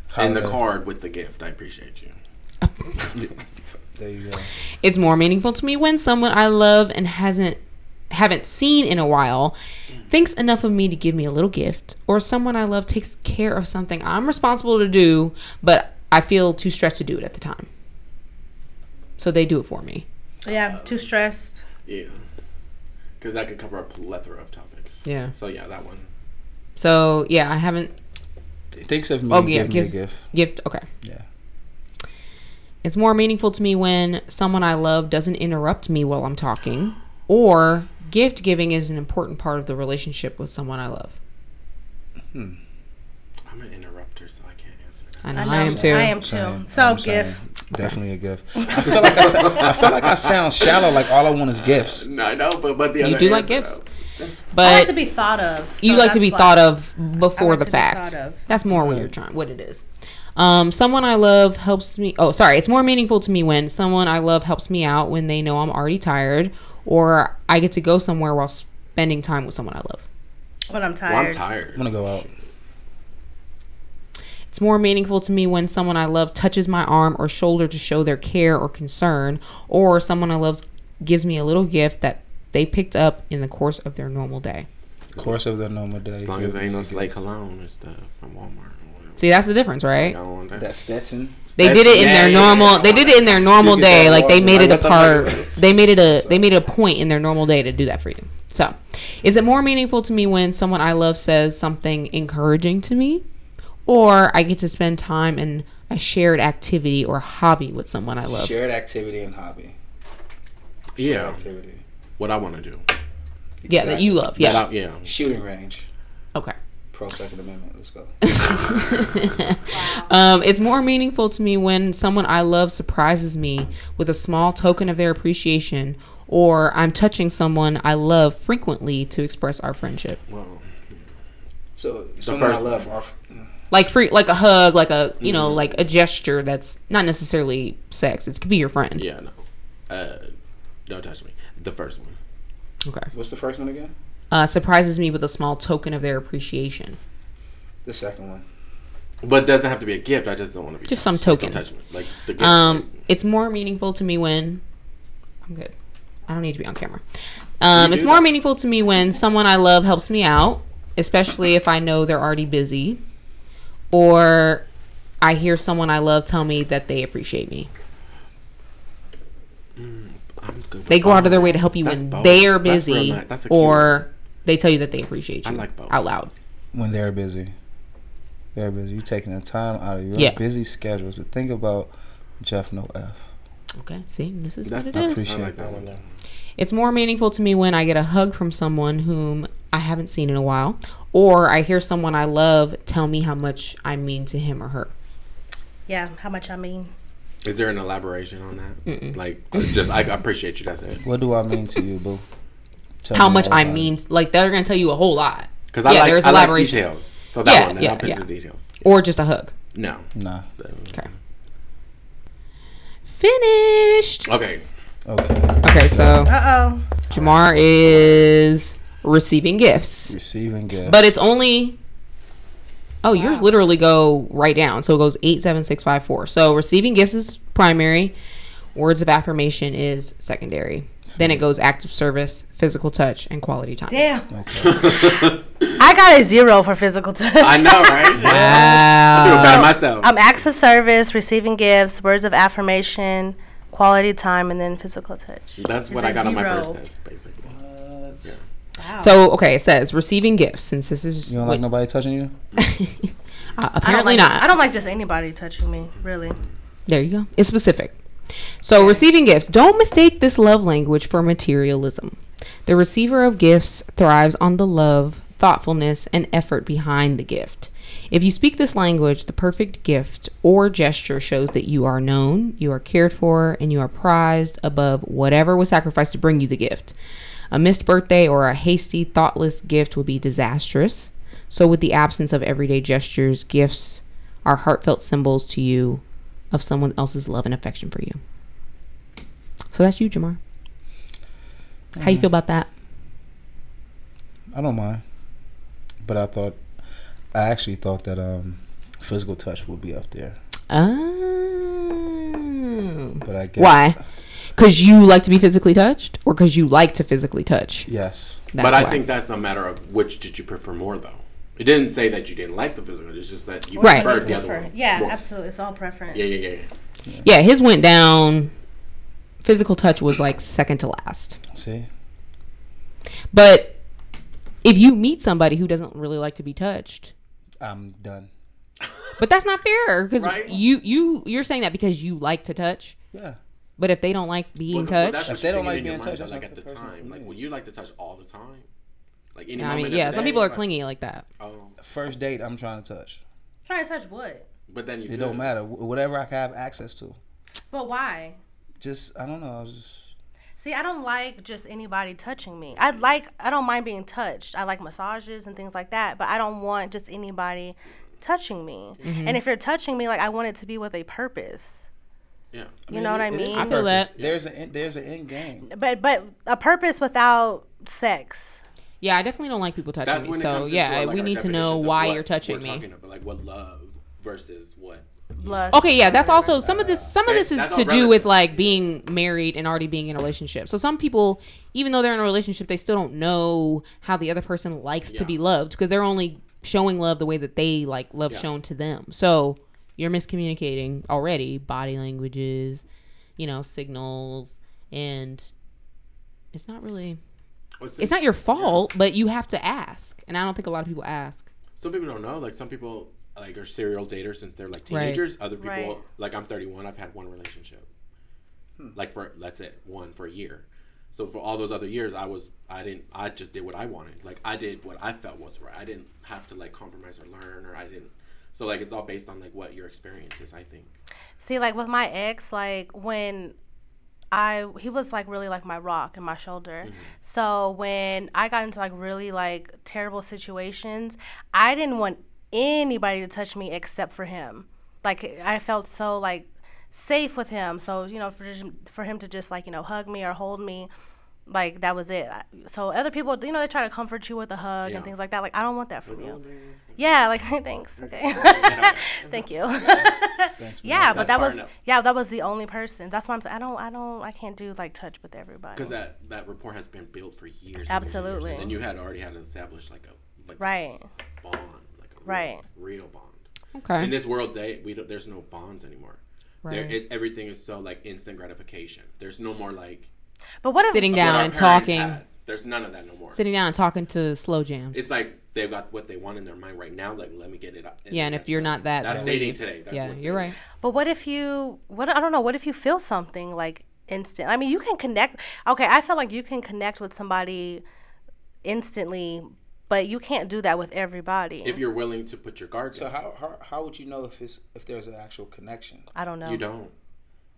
that.
And the
Holiday.
card with the gift. I
[LAUGHS]
appreciate you.
There you go.
It's more meaningful to me when someone I love and hasn't haven't seen in a while thinks enough of me to give me a little gift or someone I love takes care of something I'm responsible to do but I feel too stressed to do it at the time. So they do it for me.
Yeah. Too stressed.
Yeah. Because that could cover a plethora of topics.
Yeah.
So yeah, that one.
So yeah, I haven't
It thinks of me.
Oh,
and
yeah,
give me a
gives-
gift.
gift okay.
Yeah.
It's more meaningful to me when someone I love doesn't interrupt me while I'm talking, or gift giving is an important part of the relationship with someone I love.
I'm an interrupter, so I can't answer [LAUGHS] that.
I know
I,
I,
know.
am too.
I am too.
Same.
So
I'm saying
gift.
Definitely a gift. I feel like I, sa- I feel like I sound shallow. Like all I want is gifts.
No, I know, but but the
You
other
do like
answer,
gifts.
I like to
But
be thought of.
you
so
like to
that's
be
why.
thought of before
like
the
to be
fact.
thought of.
That's more what you're trying. What it is. Um, someone I love helps me. Oh, sorry. It's more meaningful to me when someone I love helps me out when they know I'm already tired, or I get to go somewhere while spending time with someone I love.
when
Well,
I'm
I'm
tired.
tired.
I'm gonna go out.
It's more meaningful to me when someone I love touches my arm or shoulder to show their care or concern, or someone I love gives me a little gift that they picked up in the course of their normal day.
Course of the normal day.
As long as there ain't no slay cologne and stuff from Walmart. or whatever.
See, that's the difference, right?
I don't want that.
That Stetson.
They did it in their
Yeah,
normal. They did it in their normal
You can
day.
go
Like they
walk
made it
around
a part.
somebody.
They made it a. They made it a point in their normal day to do that for you. So, is it more meaningful to me when someone I love says something encouraging to me, or I get to spend time in a shared activity or hobby with someone I love?
Shared activity and hobby. Shared
Yeah,
Activity.
what I want to do.
Yeah, that you
Exactly.
love. Yeah.
That I- yeah.
Shooting range.
Okay.
Pro Second Amendment. Let's go.
Um, it's more meaningful to me when someone I love surprises me with a small token of their appreciation, or I'm touching someone I love frequently to express our friendship.
Well,
So someone I
first
love. Our, f-
like free like a hug like a you
Mm-hmm.
know like a gesture that's not necessarily sex it could be your friend
yeah, no. Uh, don't touch me. The first one.
okay
what's the first one again?
uh, surprises me with a small token of their appreciation
The second one.
But it doesn't have to be a gift. I just don't want to be
Just some
touched.
token.
Don't touch me. Like the gift.
um it's more meaningful to me when i'm good i don't need to be on camera um
You
it's
do
more
that.
meaningful to me when someone i love helps me out especially if i know they're already busy or i hear someone i love tell me that they appreciate me
I'm good with
they go out of their way to
both.
help you
That's
when
both.
they are
That's real
busy
nice. That's a cute one.
or they tell you that they appreciate
I
you
like both.
out loud
When they're busy. They're busy. You're taking the time out of your
Yeah.
busy schedules to think about Jeff No F.
Okay, see, this is
That's
what
not
it is.
pretty.
Appreciate
like that
that
one.
a lot.
It's more meaningful to me when I get a hug from someone whom I haven't seen in a while, or I hear someone I love tell me how much I mean to him or her.
Yeah, how much I mean.
Is there an elaboration on that? Like, it's just I appreciate you. That's it.
What do I mean to you, boo? Tell
how
me
much
all
I
about it.
mean, like they're gonna tell you a whole lot,
Because I
Yeah,
like
there's
I like
elaboration.
details. So that
Yeah,
one,
yeah,
I'll pick
yeah.
the details.
or just a hug.
No.
Nah.
Okay. Finished.
Okay.
Okay.
Okay, so
Uh oh.
Jamar is receiving gifts,
Receiving gift.
but it's only. Oh, yours literally go right down. So it goes eight, seven, six, five, four. So receiving gifts is primary. Words of affirmation is secondary. Then it goes active service, physical touch, and quality time.
Damn. I got a zero for physical touch.
I know, right? [LAUGHS] I
[LAUGHS]
feel
Wow.
proud of myself.
[LAUGHS] I'm acts of service, receiving gifts, words of affirmation, quality time, and then physical touch.
That's what
It's
I
a
got on my
zero.
first test, basically.
So okay, it says receiving gifts since this is
you don't like
wait,
nobody touching you?
uh,
I don't
apparently
like,
not.
I don't like just anybody touching me, really.
There you go. It's specific. So, receiving gifts. Don't mistake this love language for materialism. The receiver of gifts thrives on the love, thoughtfulness, and effort behind the gift. If you speak this language, the perfect gift or gesture shows that you are known, you are cared for, and you are prized above whatever was sacrificed to bring you the gift. A missed birthday or a hasty, thoughtless gift would be disastrous. So, with the absence of everyday gestures, gifts are heartfelt symbols to you of someone else's love and affection for you. So that's you, Jamar. How you feel about that?
I don't mind. But I thought, I actually thought that um, physical touch would be up there.
Oh.
But I guess.
Why? Because you like to be physically touched, or because you like to physically touch.
Yes.
That's
but I
why.
think that's a matter of which did you prefer more, though. It didn't say that you didn't like the physical. It's just that you
Right.
preferred the other one.
Yeah,
more.
absolutely. It's all preference.
Yeah, yeah, yeah, yeah.
yeah, his went down. Physical touch was like second to last.
See?
But if you meet somebody who doesn't really like to be touched,
I'm done.
But that's not fair because
Right?
you you you're saying that because you like to touch.
Yeah.
But if they don't like being
Well,
touched,
well, that's
If
what
they
you're
don't
thinking
like
in your
being touched,
mind,
that's
Like
not
at
the
the
person for
time,
me.
like well, you like to touch all the time. Like any
I
moment.
mean,
of
yeah,
the
some
day,
people are
like,
clingy like that.
Oh,
First date, I'm trying to touch.
Try to touch wood,
but then you.
It
do
don't matter. Wh- Whatever I can have access to.
but why?
Just I don't know. I was just
See, I don't like just anybody touching me. I like I don't mind being touched. I like massages and things like that, but I don't want just anybody touching me.
Mm-hmm.
And if you're touching me, like I want it to be with a purpose.
Yeah.
You know what I mean?
I feel that.
There's an end- there's an end game.
But but a purpose without sex.
Yeah, I definitely don't like people touching
That's
me.
when it
So
comes into,
yeah,
uh, like,
we
our
need to know
definitions of
why
what
you're touching
we're
me.
Talking about, like what love versus what.
Lust.
Okay, yeah, that's also some of this. Some of
that-
this is
that's
to
all
do
relative.
with like being married and already being in a relationship. So some people, even though they're in a relationship, they still don't know how the other person likes to
Yeah.
be loved because they're only showing love the way that they like love
Yeah.
shown to them. So you're miscommunicating already. Body languages, you know, signals, and it's not really. It's not your fault, but you have to ask, and I don't think a lot of people ask.
some people don't know. Like some people like are serial daters since they're like teenagers. Other people
Right.
like I'm 31. I've had one relationship. Like for that's it, one for a year. So for all those other years, I was I didn't I just did what I wanted. Like I did what I felt was right. I didn't have to like compromise or learn or I didn't. So like it's all based on like what your experience is. I think.
See, like with my ex, like when I he was like really like my rock and my shoulder. So when I got into like really like terrible situations, I didn't want anybody to touch me except for him. Like I felt so like safe with him. So you know, for for him to just like you know hug me or hold me. Like that was it. So other people, you know, they try to comfort you with a hug
Yeah.
and things like that. Like I don't want that from you. Yeah, like [LAUGHS] thanks. Okay, [LAUGHS] thank you. [LAUGHS] yeah,
That's
but that
far
was
enough.
yeah, that was the only person. That's why I'm saying I don't, I don't, I can't do like touch with everybody.
Because that that rapport has been built for years. and years and years,
Absolutely.
And then you had already had established like a like
Right.
bond, like a real,
Right.
real bond.
Okay.
in this world they we don't, there's no bonds anymore there
Right.
it's everything is so like instant gratification there's no more like
But what if
Sitting
what
down
our
and
parents
talking,
had. there's none of that no more
sitting down and talking to slow jams.
it's like they've got what they want in their mind right now like let me get it up
yeah, and if
that's
you're
the-
not that,
that's
then
dating
leave.
today that's
yeah,
what
you're
dating
right.
is.
But what if you? What I don't know. What if you feel something like instant? I mean, you can connect. Okay, I feel like you can connect with somebody instantly, but you can't do that with everybody.
if you're willing to put your guards
So
up
how, how how would you know if it's if there's an actual connection?
I don't know.
you don't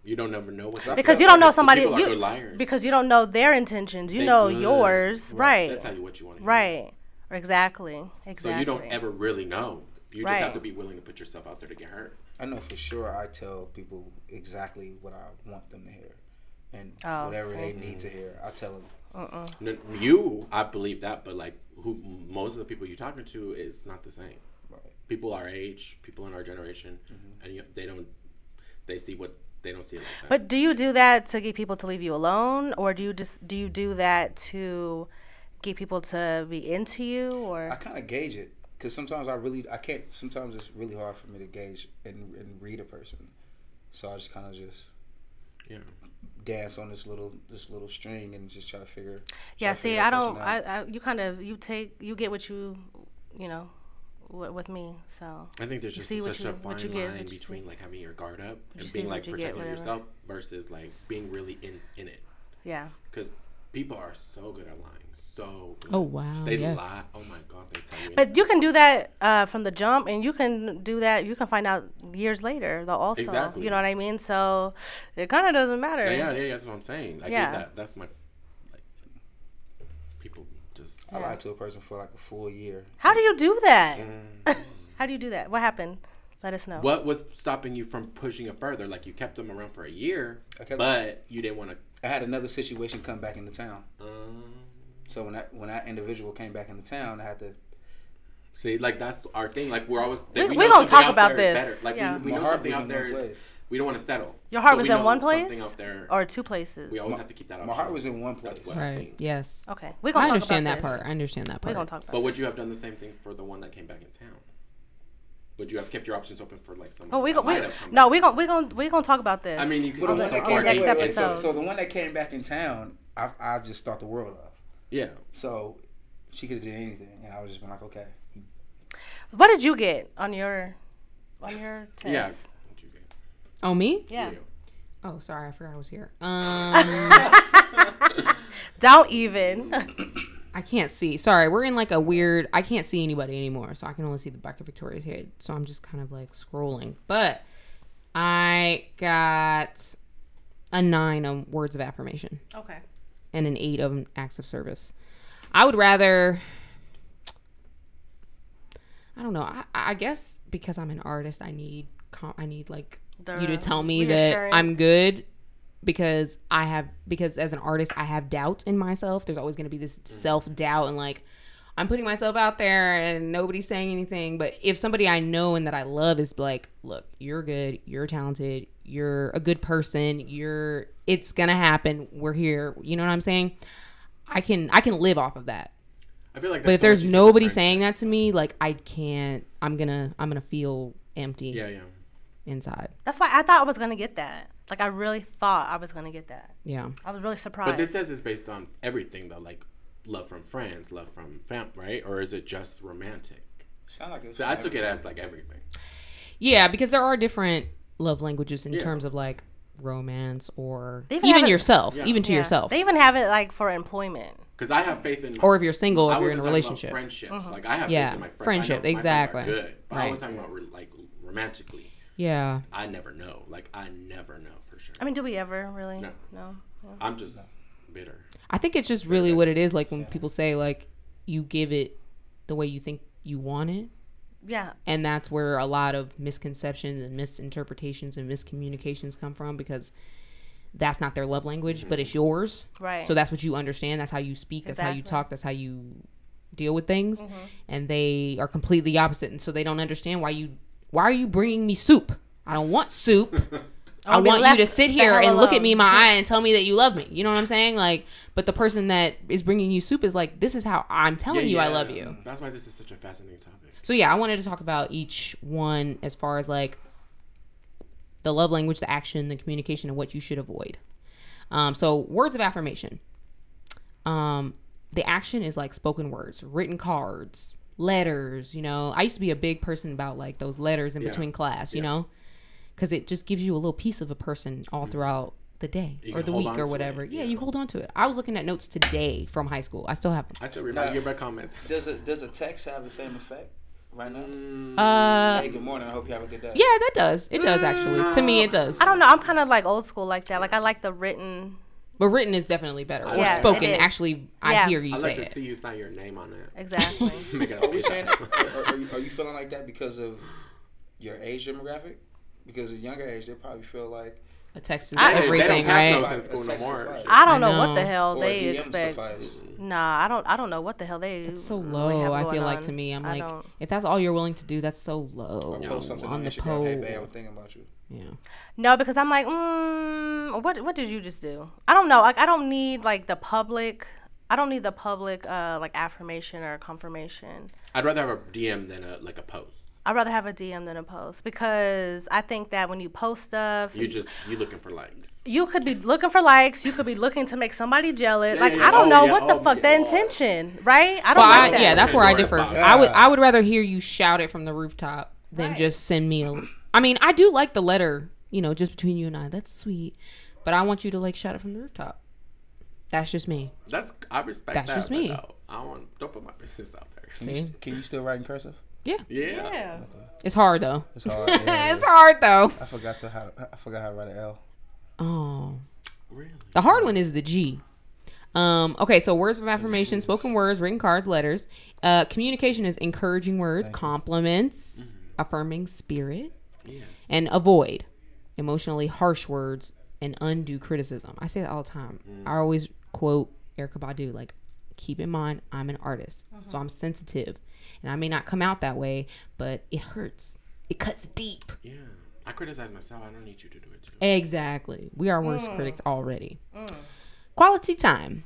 you don't never know what's
because you don't know somebody.
people are
you-
good liars.
Because you don't know their intentions. You
They
know
good.
yours, right?
that's how you what you want to
Right. Exactly.
so
Exactly.
you don't ever really know you just
Right.
have to be willing to put yourself out there to get hurt
I know for sure I tell people exactly what I want them to hear, and
Oh,
whatever they
see.
need to hear, I tell them.
No, you, I believe that, but like who most of the people you're talking to is not the same.
Right. Mm-hmm.
People our age, people in our generation, and you, they don't they see what they don't see it like that.
But do you do that to get people to leave you alone, or do you just do you do that to get people to be into you,
I
or
kind of gauge it because sometimes I really I can't. Sometimes it's really hard for me to gauge and, and read a person, so I just kind of just
yeah,
dance on this little this little string and just try to figure.
yeah?
try to
See,
figure that
I don't.
person out.
I, I you kind of you take you get what you you know wi- with me. So
I think there's
You
just
see what
such
you-
a
what
fine
you get is
line
what you see.
between like having your guard up
you
and
see
being
is
like
what you get,
protecting
whatever.
yourself versus like being really in in it
yeah,
because people are so good at lying. So good.
Oh, wow,
they
yes.
lie. Oh my god, they tell you.
but you can do that uh, from the jump, and you can do that. You can find out years later, though. Also,
Exactly.
you know what I mean. So it kind of doesn't matter.
yeah, yeah, yeah, that's what I'm saying. I get
Yeah.
that. That's my like people just.
I lied to a person for like a full year.
How do you do that?
Mm.
[LAUGHS] How do you do that? What happened? Let us know.
What was stopping you from pushing it further? Like you kept them around for a year,
I kept-
but you didn't want to.
I had another situation come back into town.
Um,
So when that when that individual came back into town, I had to.
see, like that's our thing. Like we're always
We-
know
we gonna
something
talk
out
about
there is
this.
better. Like
Yeah.
we, we
My
know
heart
something
was
out
in
there
one
is
place.
we don't want to settle.
Your heart
So
was
we
in
know
one place
Something out there.
or two places?
we always have to keep that option.
My heart was in one
That's
place.
what I
Right.
think.
Yes.
Okay, we're gonna
I
Oh, talk
understand
about
that
this.
part. I understand that part.
We're gonna talk about.
But would
this.
you have done the same thing for the one that came back in town? Would you have kept your options open for like someone?
Oh, we
that
go, we,
might have come
no,
back?
we gonna we gonna we gonna talk about this.
I mean, you could
But the
also
one that
on
came
argue
next
back,
it's-
wait, so,
episode.
so the one that came back in town, I, I just thought the world of.
Yeah,
So she could have did anything, and I was just been like, okay.
what did you get on your on your test?
What you get?
Oh me?
Yeah.
You.
Oh, sorry, I forgot I was
[LAUGHS]
here. Um,
Don't even.
Mm.
I can't see. Sorry, we're in like a weird. I can't see anybody anymore, so I can only see the back of Victoria's head. So I'm just kind of like scrolling. But I got a nine on words of affirmation.
okay.
and an eight of acts of service. I would rather. I don't know. I, I guess because I'm an artist, I need com- I need like you to
The
tell me that
reassurance.
I'm good because I have because as an artist I have doubts in myself. There's always going to be this self doubt and like I'm putting myself out there and nobody's saying anything. But if somebody I know and that I love is like, look, you're good, you're talented, you're a good person, you're it's gonna happen. We're here. You know what I'm saying? I can I can live off of that.
I feel like.
But
that's
if
so much
there's
easier
nobody
with friends.
saying that to me, like I can't. I'm gonna I'm gonna feel empty
Yeah, yeah.
inside.
[LAUGHS] That's why I thought I was gonna get that. Like I really thought I was gonna get that.
Yeah.
I was really
But
surprised.
this test is based on everything though, like love from friends, love from fam, right? Or is it just romantic?
Sound like it's
So I took it as like everything.
Yeah, because there are different love languages in
Yeah.
terms of like romance or
They even
even
have it-
yourself,
Yeah.
even to
Yeah.
yourself.
They even have it like for employment.
Because I have faith in.
or if you're single, if
I
you're in a
wasn't talking about
relationship.
friendships.
Mm-hmm.
Like I have
Yeah,
faith in my friends. I know
friendship,
my friends are
exactly.
Good, but I
Right.
was talking about re- like romantically.
Yeah.
I never know. Like I never know for sure.
I mean, do we ever really?
No.
No. No.
I'm just bitter.
I think it's just really what it is like when people say like you give it the way you think you want it.
Yeah.
And that's where a lot of misconceptions and misinterpretations and miscommunications come from because that's not their love language, but
Mm-hmm.
it's yours.
Right.
So that's what you understand. That's how you speak. That's how you
Exactly. Mm-hmm.
talk. That's how you deal with things. And they are completely opposite. And so they don't understand why you why are you bringing me soup? I don't want soup. I
wanna be
want you
left
to sit
the
here
hell
and look at
alone.
me in my eye and tell me that you love me. You know what I'm saying? Like, but the person that is bringing you soup is like, this is how I'm telling you I love you.
That's why this is such a fascinating topic.
So yeah, I wanted to talk about each one as far as like the love language, the action, the communication, and what you should avoid. Um, so words of affirmation. Um, the action is like spoken words, written cards, letters. You know, I used to be a big person about like those letters in
Yeah.
between class. You
Yeah.
know, because it just gives you a little piece of a person all throughout the day
Mm. You
or
can
the
hold
week
on
or
to
whatever.
it,
Yeah,
yeah.
you hold on to it. I was looking at notes today from high school. I still have them.
I still remember
No.
your bad comments.
Does a does a text have the same effect right now?
Mm.
Uh,
hey, good morning. I hope you have a good day.
yeah, that does. It does actually. To
Mm.
me, it does.
I don't know. I'm kind of like old school like that. Like I like the written.
But written is definitely better. Or
Yeah,
spoken,
it is.
actually, I
Yeah.
hear you
I'd
say
like to
it.
see you sign your name on it.
[LAUGHS]
Exactly.
Make it
Are we
official.
saying? are, are, you, are you feeling like that because of your age demographic? Because at younger age, they probably feel like
A text is
I-
They- they don't
everything,
have
right?
those in school no
Text
more.
suffice.
I don't know.
know.
what the hell
or
they
DM
expect.
suffice.
Nah, I don't. I don't know what the hell they.
It's so
really have
low. I
going
feel like
on.
to me, I'm
I
like,
don't-
if that's all you're willing to do, that's so low
Or post something
on
on
the
Instagram.
pole.
Hey, babe, I'm thinking about you.
yeah.
No, because I'm like, mm, what what did you just do? I don't know. Like I don't need like the public. I don't need the public uh, like affirmation or confirmation.
I'd rather have a DM than a like a post.
I'd rather have a DM than a post because I think that when you post stuff,
You just you looking for likes.
you could be looking for likes. You could be looking to make somebody jealous.
Yeah,
like
yeah,
I don't
oh,
know
yeah,
what the
oh,
fuck
yeah.
the intention, right? I don't
Well,
like
I,
that.
yeah, that's where I
Pandora
differ.
box.
I would, I would rather hear you shout it from the rooftop than
Right.
just send me a. I mean, I do like the letter, you know, just between you and I. That's sweet, but I want you to like shout it from the rooftop. That's just me.
That's I respect
That's
that.
just
but
me.
no, I don't want don't put my business out there.
Can you,
See?
st- can you still write in cursive?
Yeah.
yeah.
It's hard though.
It's hard. yeah.
It's hard though.
I forgot to how I forgot how to write an L.
Oh.
Really?
The hard one is the G. Um, okay, so words of affirmation, spoken words, written cards, letters. Uh, communication is encouraging words, compliments, affirming spirit,
Mm-hmm. Yes.
and avoid emotionally harsh words and undue criticism. I say that all the time.
Mm.
I always quote Erica Badu, like, keep in mind, I'm an artist, so I'm sensitive. And I may not come out that way, but it hurts. It cuts deep.
Yeah. I criticize myself. I don't need you to do it too.
Exactly. We are worse critics already. Quality time.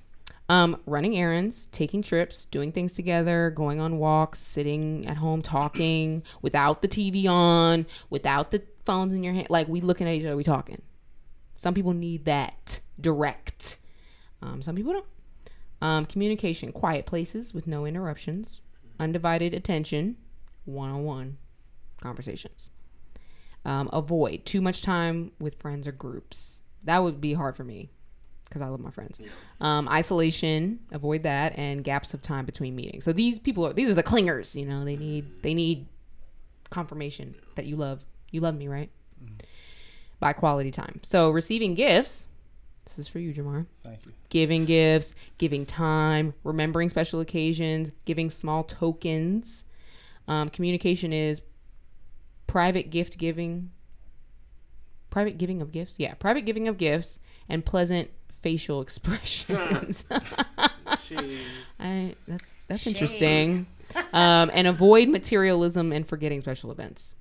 Um, running errands, taking trips, doing things together, going on walks, sitting at home talking [CLEARS THROAT] without the TV on, without the phones in your hand. Like we looking at each other, we talking. Some people need that direct. Um, some people don't. Um, communication, quiet places with no interruptions, undivided attention, one on one conversations. Um, avoid too much time with friends or groups. That would be hard for me because I love my friends. Um, isolation, avoid that, and gaps of time between meetings. So these people are these are the clingers. You know, they need they need confirmation that you love you love me, right? By quality time. So receiving gifts. This is for you, Jamar
Thank you.
giving gifts, giving time, remembering special occasions, giving small tokens. Um, communication is private gift giving, private giving of gifts. Yeah, private giving of gifts and pleasant facial [LAUGHS] expressions.
[LAUGHS]
Jeez.
I, that's that's interesting. Um, and avoid materialism and forgetting special events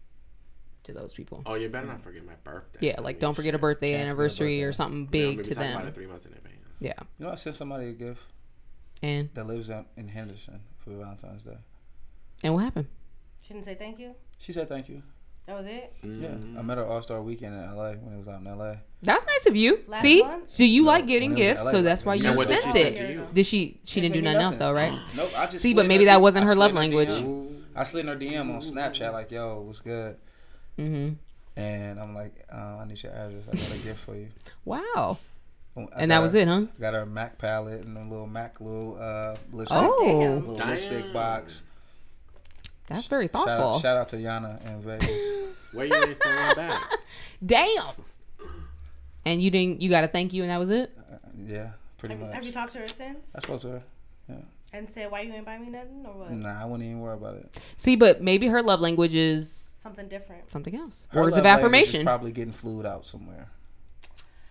to those people.
Oh, you better not forget my birthday.
Yeah, like don't forget a birthday,
Can't forget
anniversary,
birthday.
or something
You know,
big
maybe
to
talk About it
them.
three months in advance.
Yeah,
You know, I sent somebody a gift
and
that lives out in Henderson for Valentine's Day.
and what happened?
She didn't say thank you.
She said thank you.
That was it.
Yeah, I met her All Star Weekend in L.A. when it was out in L.A.
That's nice of you.
Last
See,
month?
so you like getting
when it was
gifts,
LA,
so that's why
like,
you
And what did she
sent
say
it.
to you?
Did she? She didn't do
said
nothing else
nothing.
though, right?
[GASPS] Nope, I just.
See, but
slid
maybe
her-
that wasn't
I
her
slid
love language.
DM.
Ooh.
I slid in her DM on Snapchat like, "Yo, what's good?"
Mm-hmm.
And I'm like, uh, "I need your address. I got a gift
[LAUGHS]
for you."
Wow.
I
and
got
that was
her-
it, huh?
Got her Mac palette and a little Mac little uh, lipstick,
Oh,
little
Damn.
lipstick box.
that's very
Shout out,
thoughtful.
shout out to Yana in Vegas.
Why you ain't send
[LAUGHS]
one back?
Damn. And you didn't. You got to thank you, and that was it.
Uh, yeah, pretty
Have, you-
much.
have you talked to her since
I spoke to her.
and said why you ain't buy me nothing or what?
Nah, I wouldn't even worry about it.
See, but maybe her love language is
Something different.
something else.
Her
Words
love
of
language is
affirmation.
Probably getting flued out somewhere.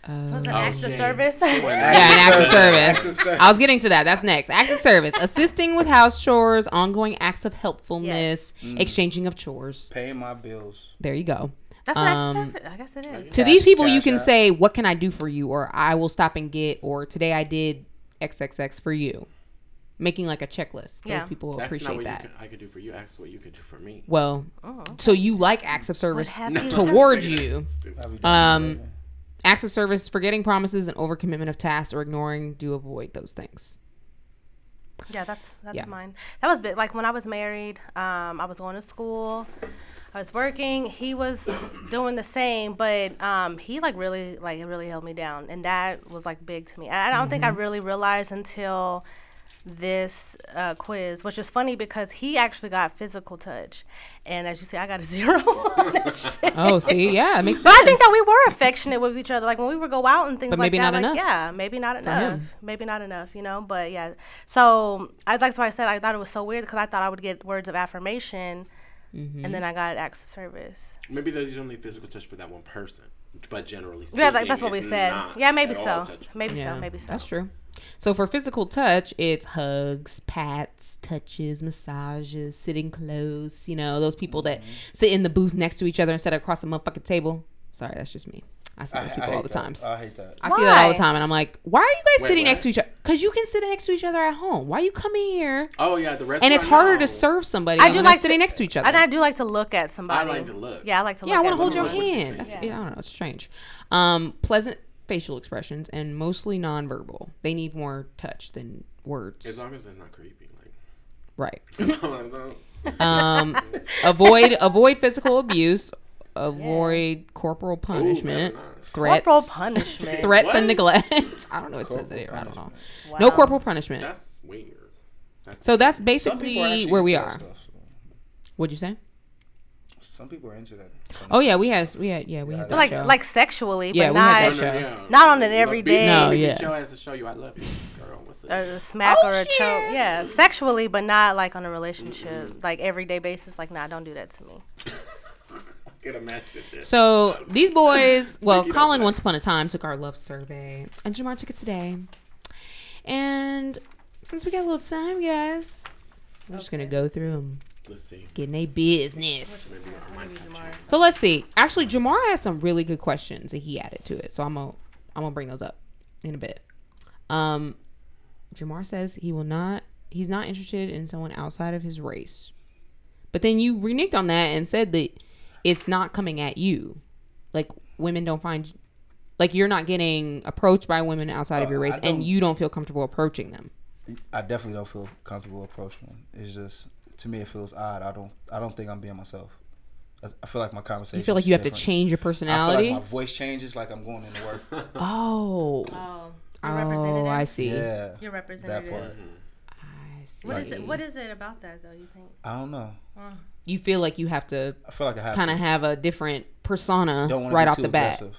So it's an
Oh.
extra
shit.
service. [LAUGHS]
Yeah,
[LAUGHS]
an act of
Active service.
service.
Active service.
I was getting to that. That's next. Acts of service: assisting with house chores, ongoing acts of helpfulness,
Mm.
exchanging of chores.
Paying my bills.
There you go.
That's an extra
Um,
service. I guess it is.
to
Cash-
these people you
cash
can
app.
say what can i do for you or i will stop and get or today i did xxx for you making like a checklist
Yeah.
those people will
That's not
appreciate
what
that
You could, I could do for you. Ask what you could do for me.
well so you like acts of service
Oh, What have you done?
towards you
I'll be doing
Um,
that.
acts of service forgetting promises and overcommitment of tasks or ignoring do avoid those things
Yeah, that's that's
Yeah.
mine. That was bit like when I was married. Um, I was going to school. I was working. He was doing the same, but um, he like really like it really held me down, and that was like big to me. And I don't think I really realized until this uh, quiz, which is funny because he actually got physical touch, and as you see, I got a [LAUGHS] zero. on that shit.
oh see yeah it makes
[LAUGHS]
sense
But I think that we were affectionate with each other. Like when we would go out and things
But
like
maybe
that.
not
like,
enough.
Yeah, maybe not
him.
enough. Maybe not enough, you know? But yeah. So I like so I said I thought it was so weird because I thought I would get words of affirmation
Mm-hmm.
and then I got acts of service.
Maybe there's only physical touch for that one person, but generally speaking,
Yeah, like that's what we
it's
said.
not
Yeah, maybe
at all
so.
touch.
Maybe
yeah,
so, maybe so.
that's true so for physical touch it's hugs pats touches massages sitting close you know those people
Mm-hmm.
that sit in the booth next to each other instead of across the motherfucking table sorry that's just me i see
I,
those
I
people
hate
all the
that.
times
I hate that.
I see that all the
Uh, Why?
time, and I'm like, why are you guys
Wait,
sitting
what?
next to each other? Because you can sit next to each other at home. Why are you coming here?
Oh yeah, the rest.
And it's harder to serve somebody.
I
when
do
they're
like
sitting
to-
next to each other.
And I do like to look at somebody.
like to look.
Yeah, I like to
yeah, I
look
want
at
to hold your
someone.
someone.
hand. That's, yeah.
Yeah.
I don't know. It's strange. Um, pleasant facial expressions and mostly nonverbal. They need more touch than words.
As long as it's not creepy,
[LAUGHS]
like. [LAUGHS]
right.
That's
Um, [LAUGHS] avoid avoid physical abuse. Avoid corporal punishment,
better not.
threats,
Corporal
[LAUGHS]
punishment.
threats and
What?
neglect. [LAUGHS] I don't know. It says it here. I don't know. No
Wow.
corporal punishment.
weird. That's
So that's
Some people are
basically
actually
where we
into
are.
that stuff, so.
What'd you say?
Some people are into that.
Oh yeah, we had we had yeah we had
I
that
But like
show.
like sexually,
Yeah,
but
we had
not
that show.
Not on an
Look, beat-
everyday-
No,
beat
yeah.
Your ass to show you I love you, girl. What's up?
a uh, smack
Oh,
or a choke. Yeah, sexually, but not like on a relationship, like everyday basis. Like, nah, don't do that to me.
Get a match with this.
so these boys. Well,
Mickey
Colin
does
once upon a time took our love survey, and Jamar took it today. And since we got a little time, guys, we're just gonna go through them,
Let's see.
getting a business.
Maybe I might touch you.
So let's see. Actually, Jamar has some really good questions that he added to it. So I'm gonna I'm gonna bring those up in a bit. Um, Jamar says he will not. He's not interested in someone outside of his race. But then you reneged on that and said that it's not coming at you. Like women don't find, like you're not getting approached by women outside of
Oh,
your
I
race,
don't-
and you don't feel comfortable approaching them.
I definitely don't feel comfortable approaching them. It's just to me it feels odd. I don't I don't think I'm being myself. I feel like my conversation.
You feel like you have to change your
I
personality.
feel like my voice changes, like I'm going into work.
oh,
Oh, your
oh,
representative.
I see.
yeah,
Your
that
representative.
part.
I see.
What is it? What is it about that though? You think?
I don't know.
you feel like you have to
I feel like I have
kind
to.
of have a different persona
don't want
right
to be
off
too
the bat.
aggressive.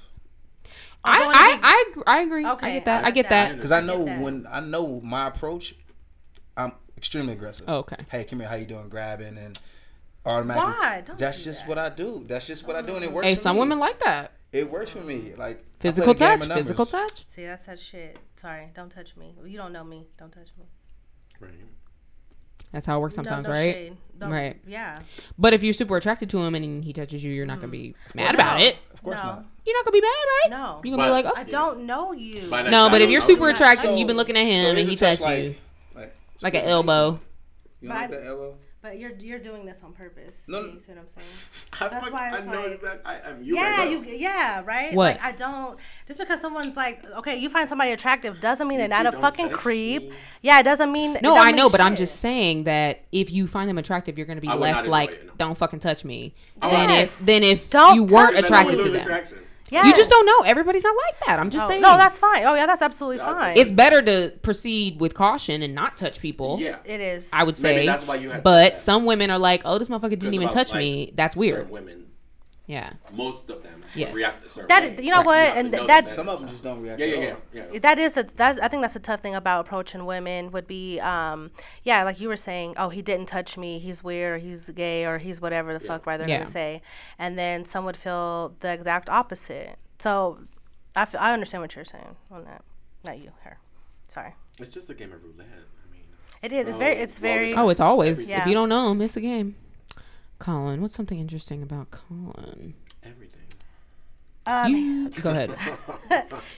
I,
don't wanna
I,
be-
I, gr- I agree. I
Okay,
get that. Uh,
I
I
get
get
that.
that.
Because I
get
know
that.
when I know my approach, I'm extremely aggressive.
Oh, okay.
Hey, come here. How you doing? Grabbing and automatically.
Why? Don't
that's
do
just
that. Oh.
what I do. That's just what I do, and it works.
Hey,
for
some
me.
women like that.
It works for me. Like I play
Physical
the game
touch.
of numbers.
Physical touch.
See, that's that shit. Sorry, don't touch me. You don't know me. Don't touch me.
Right.
That's how it works
No,
sometimes,
no
right?
shade. Don't-
Right.
Yeah.
But if you're super attracted to him and he touches you, you're not gonna be
Mm-hmm.
mad about
No.
it.
Of course
No.
not.
You're not gonna be mad, right?
No.
You're gonna
But-
be like,
I
oh.
don't know you.
By that
No,
time,
but if
I
you're
was
super
already-
attracted, you've been looking at him
here's
and
a
he
touch
touched you
Like,
like an elbow.
You don't like
But-
that elbow?
But you're you're doing this on purpose.
No,
No,
no.
you see what I'm saying?
I,
That's
fuck-
why
I
it's
know
like-
exactly. I, am you.
Yeah,
right
you
now.
yeah, right?
What?
Like I don't just because someone's like, okay, you find somebody attractive doesn't mean they're not
you
a
don't
fucking
touch
creep.
me.
Yeah, it doesn't mean it
No,
don't
I
mean
know, but I'm
shit.
just saying that if you find them attractive, you're gonna be
I would not
less
enjoy
like,
it, no.
don't fucking touch me.
I would
Than
not.
if than if
Don't
you
touch
weren't
me.
attracted
Lose
to them.
attraction.
Yes.
You just don't know. Everybody's not like that. I'm just saying.
No, that's fine. Oh yeah, that's absolutely fine.
it's better to proceed with caution and not touch people.
Yeah.
it is.
I would say.
Maybe that's why you had to do
but
that.
some women are like, "Oh, this motherfucker
Because
didn't even
about,
touch
like,
me." That's
certain
weird.
Women,
Yeah.
most of them,
Yes.
react a certain
that
way.
you know
Right.
what,
You have
and
to know
that,
that
Some of them just don't react.
Yeah,
at
yeah,
all.
yeah, yeah.
that is the that's I think that's the tough thing about approaching women would be um yeah like you were saying oh he didn't touch me he's weird or he's gay or he's whatever the fuck right they're
Yeah.
gonna say and then some would feel the exact opposite so I f- I understand what you're saying on that not you her sorry
It's just a game of roulette. I mean,
it is it's
So,
very it's
well,
very
Oh, it's always. If
Yeah.
you don't know, miss a game. Colin, what's something interesting about Colin?
everything.
um,
You- Go
[LAUGHS]
[LAUGHS]
ahead.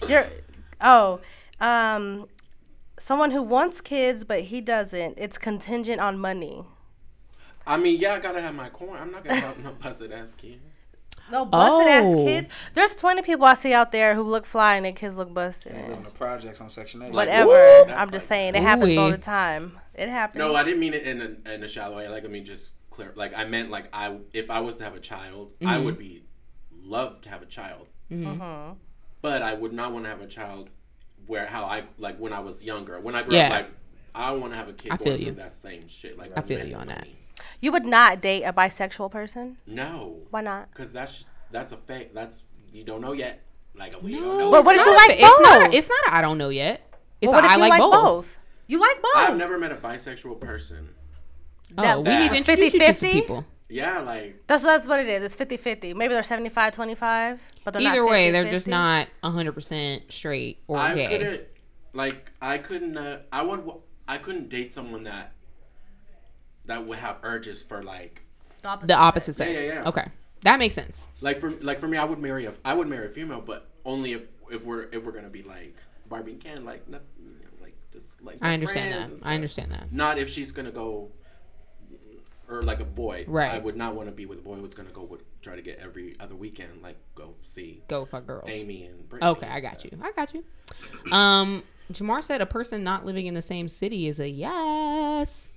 you're oh um someone who wants kids but he doesn't it's contingent on money
I mean, yeah, I gotta have my corn. I'm not gonna have [LAUGHS] no busted ass kid.
No busted ass
Oh.
kids. There's plenty of people I see out there who look fly and their kids look busted.
I live in the projects on Section Eight.
Like,
Whatever.
ooh,
I'm
that's
just
like-
saying it happens all
Ooh-wee.
the time. It happens.
No, I didn't mean it in a, in a shallow way. Like, I mean, just clear. Like, I meant like I, if I was to have a child,
Mm-hmm.
I would be love to have a child, but I would not want to have a child where how I like when I was younger. When I grew
Yeah.
up, like I want to have a kid
I
going
feel
through
you.
that same shit. Like,
I feel
man,
you on that.
You would not date a bisexual person.
No,
Why not?
because that's that's a fact. That's you don't know yet. Like, we
No,
don't know.
But what
it's
if you
not a-
like
It's not,
both?
a- it's not a I don't know yet. It's
But
a
what if
I
you
like, both.
You like both.
I've never met a bisexual person.
Oh,
That-
we need to
It's
introduce you to some
50-50?
people.
Yeah, like
that's that's what it is. It's 50-50. Maybe they're 75-25, but they're
Either
not
way, they're just
50-50.
not 100% straight or
I
gay.
couldn't, like, I couldn't, uh, I would, w- I couldn't date someone that that would have urges for like,
the opposite.
the opposite
Yeah,
sex.
yeah, yeah.
Okay, that makes sense.
like for like for me, I would marry a, I would marry a female, but only if if we're if we're gonna be like Barbie and Ken, like, not, you know, like just like
I
best
understand
friends and
that.
stuff.
I understand that.
Not if she's gonna go, or like a boy.
Right.
I would not want to be with a boy who's gonna go with try to get every other weekend, like go see
Go fuck girls.
Amy and Brittany.
Okay, I got you. I got you. Um, Jamar said a person not living in the same city is a yes.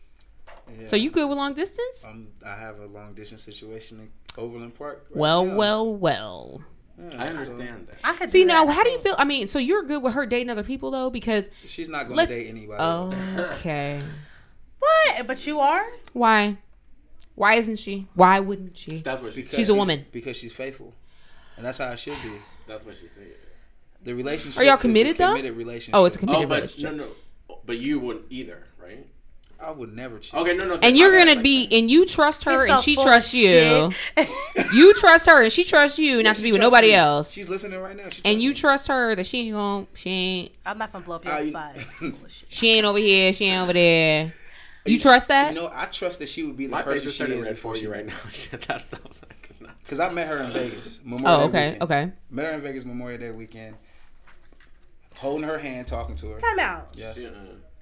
Yeah.
So you good with long distance?
Uh,
I'm, I have a long distance situation in Overland Park. right
Well,
now.
well, well.
Yeah,
I
so
understand that.
I could
See
do
now,
that.
how do you feel? I mean, so you're good with her dating other people though, because
She's not going
Let's- Oh.
to date anybody.
okay,
What? But you are?
why? Why isn't she? Why wouldn't she?
That's what she.
because
Said.
She's a woman.
Because she's faithful, and that's how it should be.
That's what she said.
The relationship.
Are y'all
is a
committed, though?
Committed relationship.
Oh, it's a committed
Oh, but no,
relationship.
no, but you wouldn't either, right?
I would never cheat.
Okay, no, no.
And you're gonna be, and you trust her,
He's so
and she
full of
trusts you.
shit.
[LAUGHS] You trust her, and she trusts you, not
She
to be with
trusts
nobody
me.
else.
She's listening right now. She
and
trusts
you
me.
trust her that she ain't gonna, she ain't,
I'm not gonna blow up your
Are you-
[LAUGHS]
spot. Bullshit.
she ain't over here, she ain't over there. You trust that?
You know, I trust that she would be the
My face
person
is
she
turning
is
red
before
for you right
now.
now. [LAUGHS] Shit, that sounds like not.
Because I met her
[LAUGHS]
in Vegas. Memorial
oh,
Day
okay,
weekend.
okay.
Met her in Vegas Memorial Day weekend. Holding her hand, talking to her.
Time out.
Yes.
Yeah.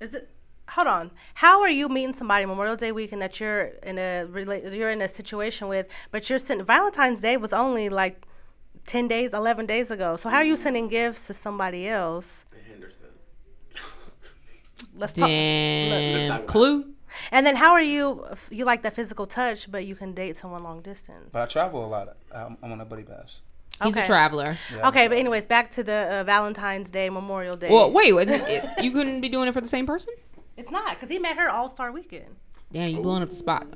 Is it? Hold on. How are you meeting somebody Memorial Day weekend that you're in a rela- you're in a situation with, but you're sending Valentine's Day was only like ten days, eleven days ago. So how are you sending gifts to somebody else?
Henderson.
Let's talk.
Damn.
Look.
Clue.
And And then how are you? if You like that physical touch, but you can date someone long distance.
But I travel a lot. I'm, I'm on a buddy pass.
He's a
Okay.
traveler.
Yeah.
Okay, but anyways, back to the uh, Valentine's Day, Memorial Day.
Well, wait, what, it- you couldn't be doing it for the same person?
it's not because he met her All Star Weekend.
Damn, you blowing up the spot.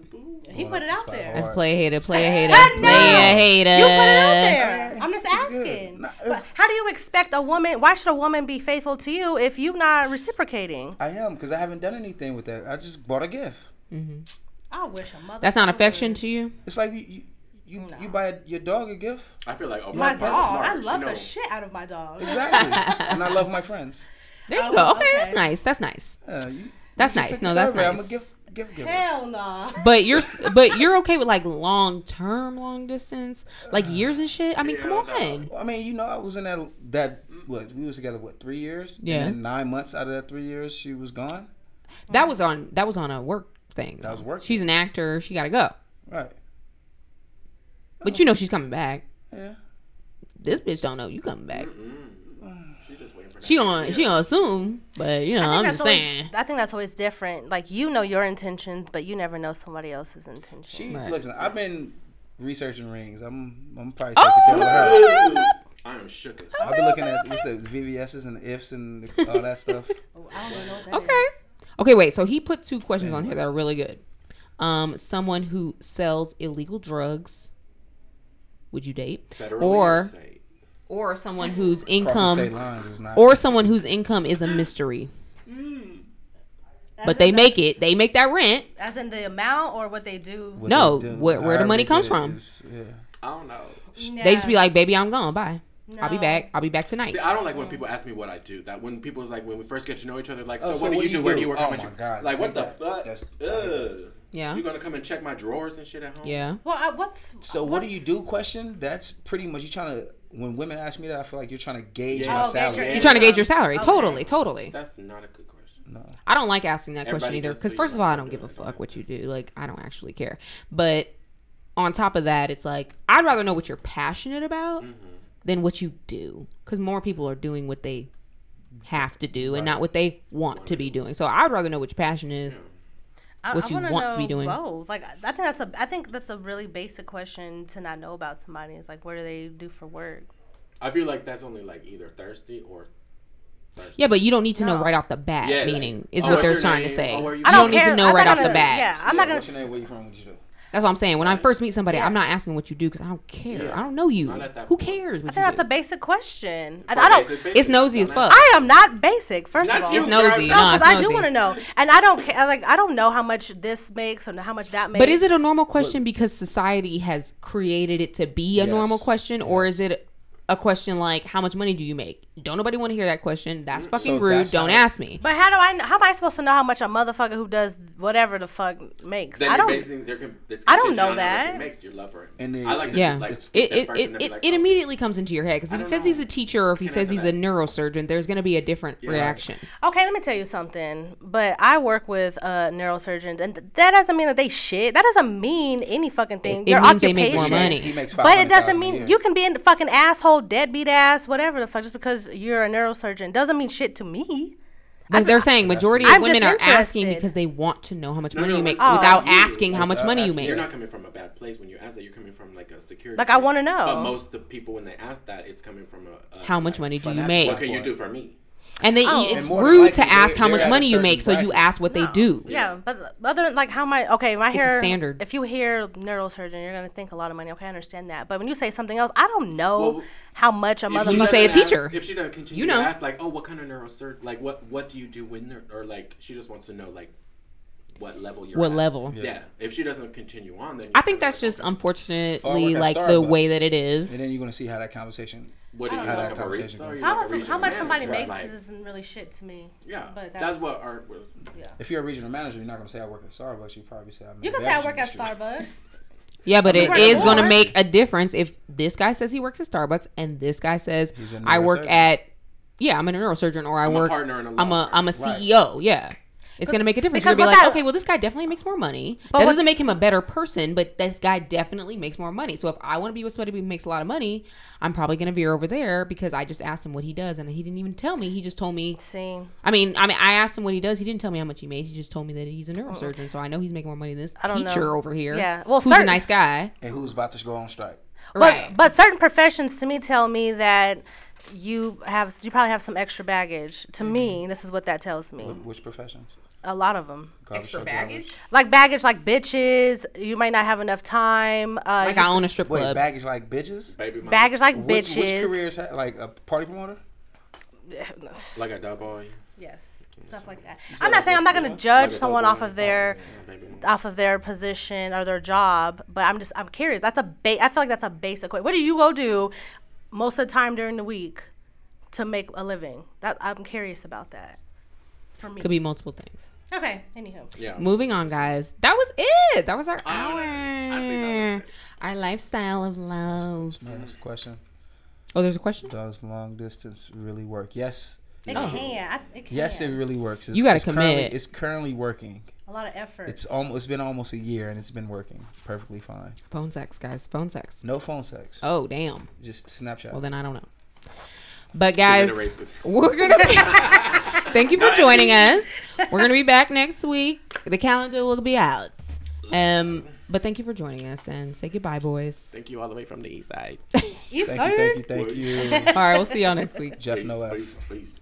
He put it out there.
That's
Play a hater,
[LAUGHS]
play a hater,
Ah, no!
play a hater.
You put it out there. I'm just
good.
asking.
Nah, uh,
But how do you expect a woman? Why should a woman be faithful to you if you're not reciprocating?
I am because I haven't done anything with that. I just bought a gift.
I wish a mother.
That's not affection to you.
It's like you you you, you buy your dog a gift.
I feel like oh,
My
part's
dog.
smart.
I
She
love the
knows.
shit out of my dog.
Exactly.
[LAUGHS]
and I love my friends.
There you
Oh,
go. Okay,
okay.
that's nice. That's nice.
Yeah, you-
That's
you
nice.
just took
No,
the
that's
survey. I'm a
nice.
gift, gift giver.
Hell nah.
But you're s- but you're okay with like long term, long distance, like years and shit. I mean, come
Yeah, no.
on.
Well, I mean, you know, I was in that that what we was together what three years? And
Yeah.
then nine months out of that three years, she was gone.
That was on that was on a work thing.
That was work.
She's an actor. She got to go.
Right.
But you know she's coming back.
Yeah.
This bitch don't know you coming back.
She just waiting for that.
She gonna she gonna assume, but you know
I
I'm
think,
just
that's always,
saying.
I think that's always different. Like you know your intentions, but you never know somebody else's intentions.
She
Right.
listen. I've been researching rings. I'm I'm probably taking
Oh!
care of her.
I am shook as
I've been looking at what's the VVS's and the ifs and all
[LAUGHS]
that stuff.
I don't know what that
Okay. Okay, wait. So he put two questions on here that are really good. Um, someone who sells illegal drugs, would you date?
federal
Or
state.
or someone whose
Crossing state
income
lines is not.
or someone whose income is a mystery. But they make it. They make that rent.
As in the amount or what they do.
what
no,
they do.
where- where the money comes
However it
from.
is, yeah.
I don't know.
They just be like, "Baby, I'm gone. Bye. I'll be
No.
back. I'll be back tonight."
See, I don't like when people ask me what I do. That when people is like when we first get to know each other, like, so,
Oh, so
what do you do? Where do you work?
Oh
How much?
my
you-"
God,
Like, what the
like
fuck?
that.
Ugh.
Yeah.
You gonna come and check my drawers and shit at home?
Yeah.
Well, I, what's
So what do
what's-
you do? Question. That's pretty much you trying to. When women ask me that, I feel like you're trying to gauge
Yeah.
my
Oh,
salary.
gauge your
You're trying to gauge your salary. Totally, totally.
That's not a good question.
I don't like asking that question
Everybody
either
just
because
do
first of
what
all, I
they
don't
do.
give a
They don't
fuck what you do. Like, I don't actually care. But on top of that, it's like I'd rather know what you're passionate about
Mm-hmm.
than what you do because more people are doing what they have to do and not what they want to be doing. So I'd rather know what your passion is.
I-
what
I
you
wanna
want to be
know
doing.
Both. Like I think that's a I think that's a really basic question to not know about somebody. Is like what do they do for work?
I feel like that's only like either thirsty or.
Yeah, but you don't need to know
No.
right off the bat.
Yeah, like,
meaning is
oh,
what
what's
they're
your
trying to
name?
say.
Oh, where you
you
I
don't,
don't
need to
care.
know
I'm
right
not
off the
gonna-
bat.
Yeah, I'm not gonna.
What's your
s-
name? Where you from? What you do?
That's what I'm saying. When I first meet somebody,
Yeah.
I'm not asking what you do because I don't care.
Yeah.
I don't know you.
Not at that
Who
point.
cares? What
I think
you
that's
do?
a basic question. And
For
I don't.
basic
It's
bitches,
nosy
don't
as
ask-
fuck.
I am not basic. First
Not
of all,
you,
It's nosy.
girl.
No, because
it's
I do
nosy.
want to know, and I don't care. Like I don't know how much this makes and how much that makes.
But is it a normal question because society has created it to be a normal
Yes.
question, or is it a question like how much money do you make? Don't nobody want to hear that question. That's
Mm,
fucking
So
rude.
that's
Don't
how-
ask me.
But how do I? kn- How am I supposed to know how much a motherfucker who does whatever the fuck makes?
Then
I
I
don't.
Basing, they're, con- it's
I don't
contingent
know
on how much
that.
It makes your love for it.
And then-
I like to
yeah,
like,
It's-
it
that
it,
person
it,
and be
it,
like,
it
oh,
immediately comes into your head because
I
if he
don't
says
know.
he's a teacher or if he
Can't
says
answer
he's a
that.
neurosurgeon, there's going to be a different
Yeah.
reaction.
Okay, let me tell you something. But I work with uh, neurosurgeons, and th- that doesn't mean that they shit. That doesn't mean any fucking thing.
It
Your
means they
occupation,
make more money.
He makes
but it
500,000
doesn't
a
mean
year.
you can be a fucking asshole, deadbeat ass, whatever the fuck. Just because you're a neurosurgeon doesn't mean shit to me.
But they're saying majority
I'm
of women are asking
disinterested.
because they want to know how much
No,
money
no,
you
like,
make
oh,
without
you-
asking how
like,
much
uh,
money you
uh,
make.
You're not coming from a bad place when you ask that. You're coming from like a security.
Like, I
place.
wanna know.
But most of the people when they ask that, it's coming from a. a
How much
like,
money do you
financial-
make?
What can you do for me?
And they,
Oh.
it's
And more than
rude to
likely,
ask
they're-
how
they're
much
at a
money you
certain
make, so you
bracket.
ask what they do.
Yeah, but other than like how my okay, when I
a
hear
standard.
If you hear neurosurgeon, you're gonna think a lot of money. Okay, I understand that. But when you say something else, I don't know
Well,
how much a
If
motherfucker.
she
You say a
doesn't ask-
teacher.
If she doesn't continue
You know.
to ask, like, oh, what kind of neurosurgeon? Like, what what do you do when they're or like she just wants to know like what level you're
What
at.
level?
Yeah. If she doesn't continue on, then
I think that's
you're
just
kinda "Oh,
unfortunately
Or work
like
at
the way
Starbucks.
that it is.
And then you're gonna see how that conversation.
like, what do you
know.
like a
How that
barista?
conversation
Or
goes.
you
How,
like a
much-
regional
how much somebody
manager?
makes
Like,
isn't really shit to me.
Yeah, that's,
but that's-
what art was.
Yeah.
If you're a regional manager, you're not gonna say I work at Starbucks. You probably say I.
You can say I work at Starbucks.
Yeah, but it
Right.
is going to
Or-
make a difference if this guy says he works at Starbucks and this guy says
He's a
I work
neurosurgeon.
at yeah, I'm a neurosurgeon or I
I'm a
work
partner in a law
I'm a
firm.
I'm a
Right.
CEO. Yeah. It's gonna make a difference. You're gonna
Because
be
what
like,
that-
okay, well, this guy definitely makes more money.
But
that
what-
doesn't make him a better person, but this guy definitely makes more money. So if I want to be with somebody who makes a lot of money, I'm probably gonna veer over there because I just asked him what he does, and he didn't even tell me. He just told me.
See,
I mean, I mean, I asked him what he does. He didn't tell me how much he made. He just told me that he's a neurosurgeon, so I know he's making more money than this
I don't
teacher
know.
over here.
Yeah. Well,
who's a
certain-
nice guy,
And who's about to go on strike?
right?
But, but certain professions to me tell me that you have you probably have some extra baggage. To me, this is what that tells me.
Which professions?
A lot of them,
Garbage
Extra
truck drivers?
baggage?
like baggage, like bitches. You might not have enough time. Uh,
like
you-
I own a strip
Wait,
club.
baggage like bitches?
Baby mama.
baggage, like
Which,
bitches.
which careers ha- like a party promoter?
Like a dub boy.
[SIGHS] Yes, stuff like that. I'm not saying I'm not going to
Like
judge
a
someone
dub
off
boy.
of their
Baby mama.
off of their position or their job, but I'm just I'm curious. That's a ba- I feel like that's a basic. que- What do you go do most of the time during the week to make a living? That I'm curious about that. For me,
Could be multiple things.
okay. Anywho,
Yeah.
Moving on, guys. That was it. That was our
Oh,
hour.
no, I think that was it.
Our lifestyle of love.
Next question.
Oh, there's a question.
Does long distance really work? Yes.
it can. I, th- it can.
Yes, it really works. It's,
You gotta
it's currently-
commit.
it's currently working.
a lot of effort.
It's almost. It's been almost a year, and it's been working perfectly fine.
Phone sex, guys. Phone sex.
No phone sex.
Oh, damn.
Just Snapchat.
Well, then I don't know. But
You're
guys,
the racist.
we're gonna. Be- Thank you for joining us. We're gonna be back next week. The calendar will be out. Um, but thank you for joining us and say goodbye, boys.
Thank you all the way from the east side.
East
Thank you. Thank you. Thank you.
[LAUGHS] All right, we'll see y'all next week.
Jeff
Peace,
Noel.
peace, peace.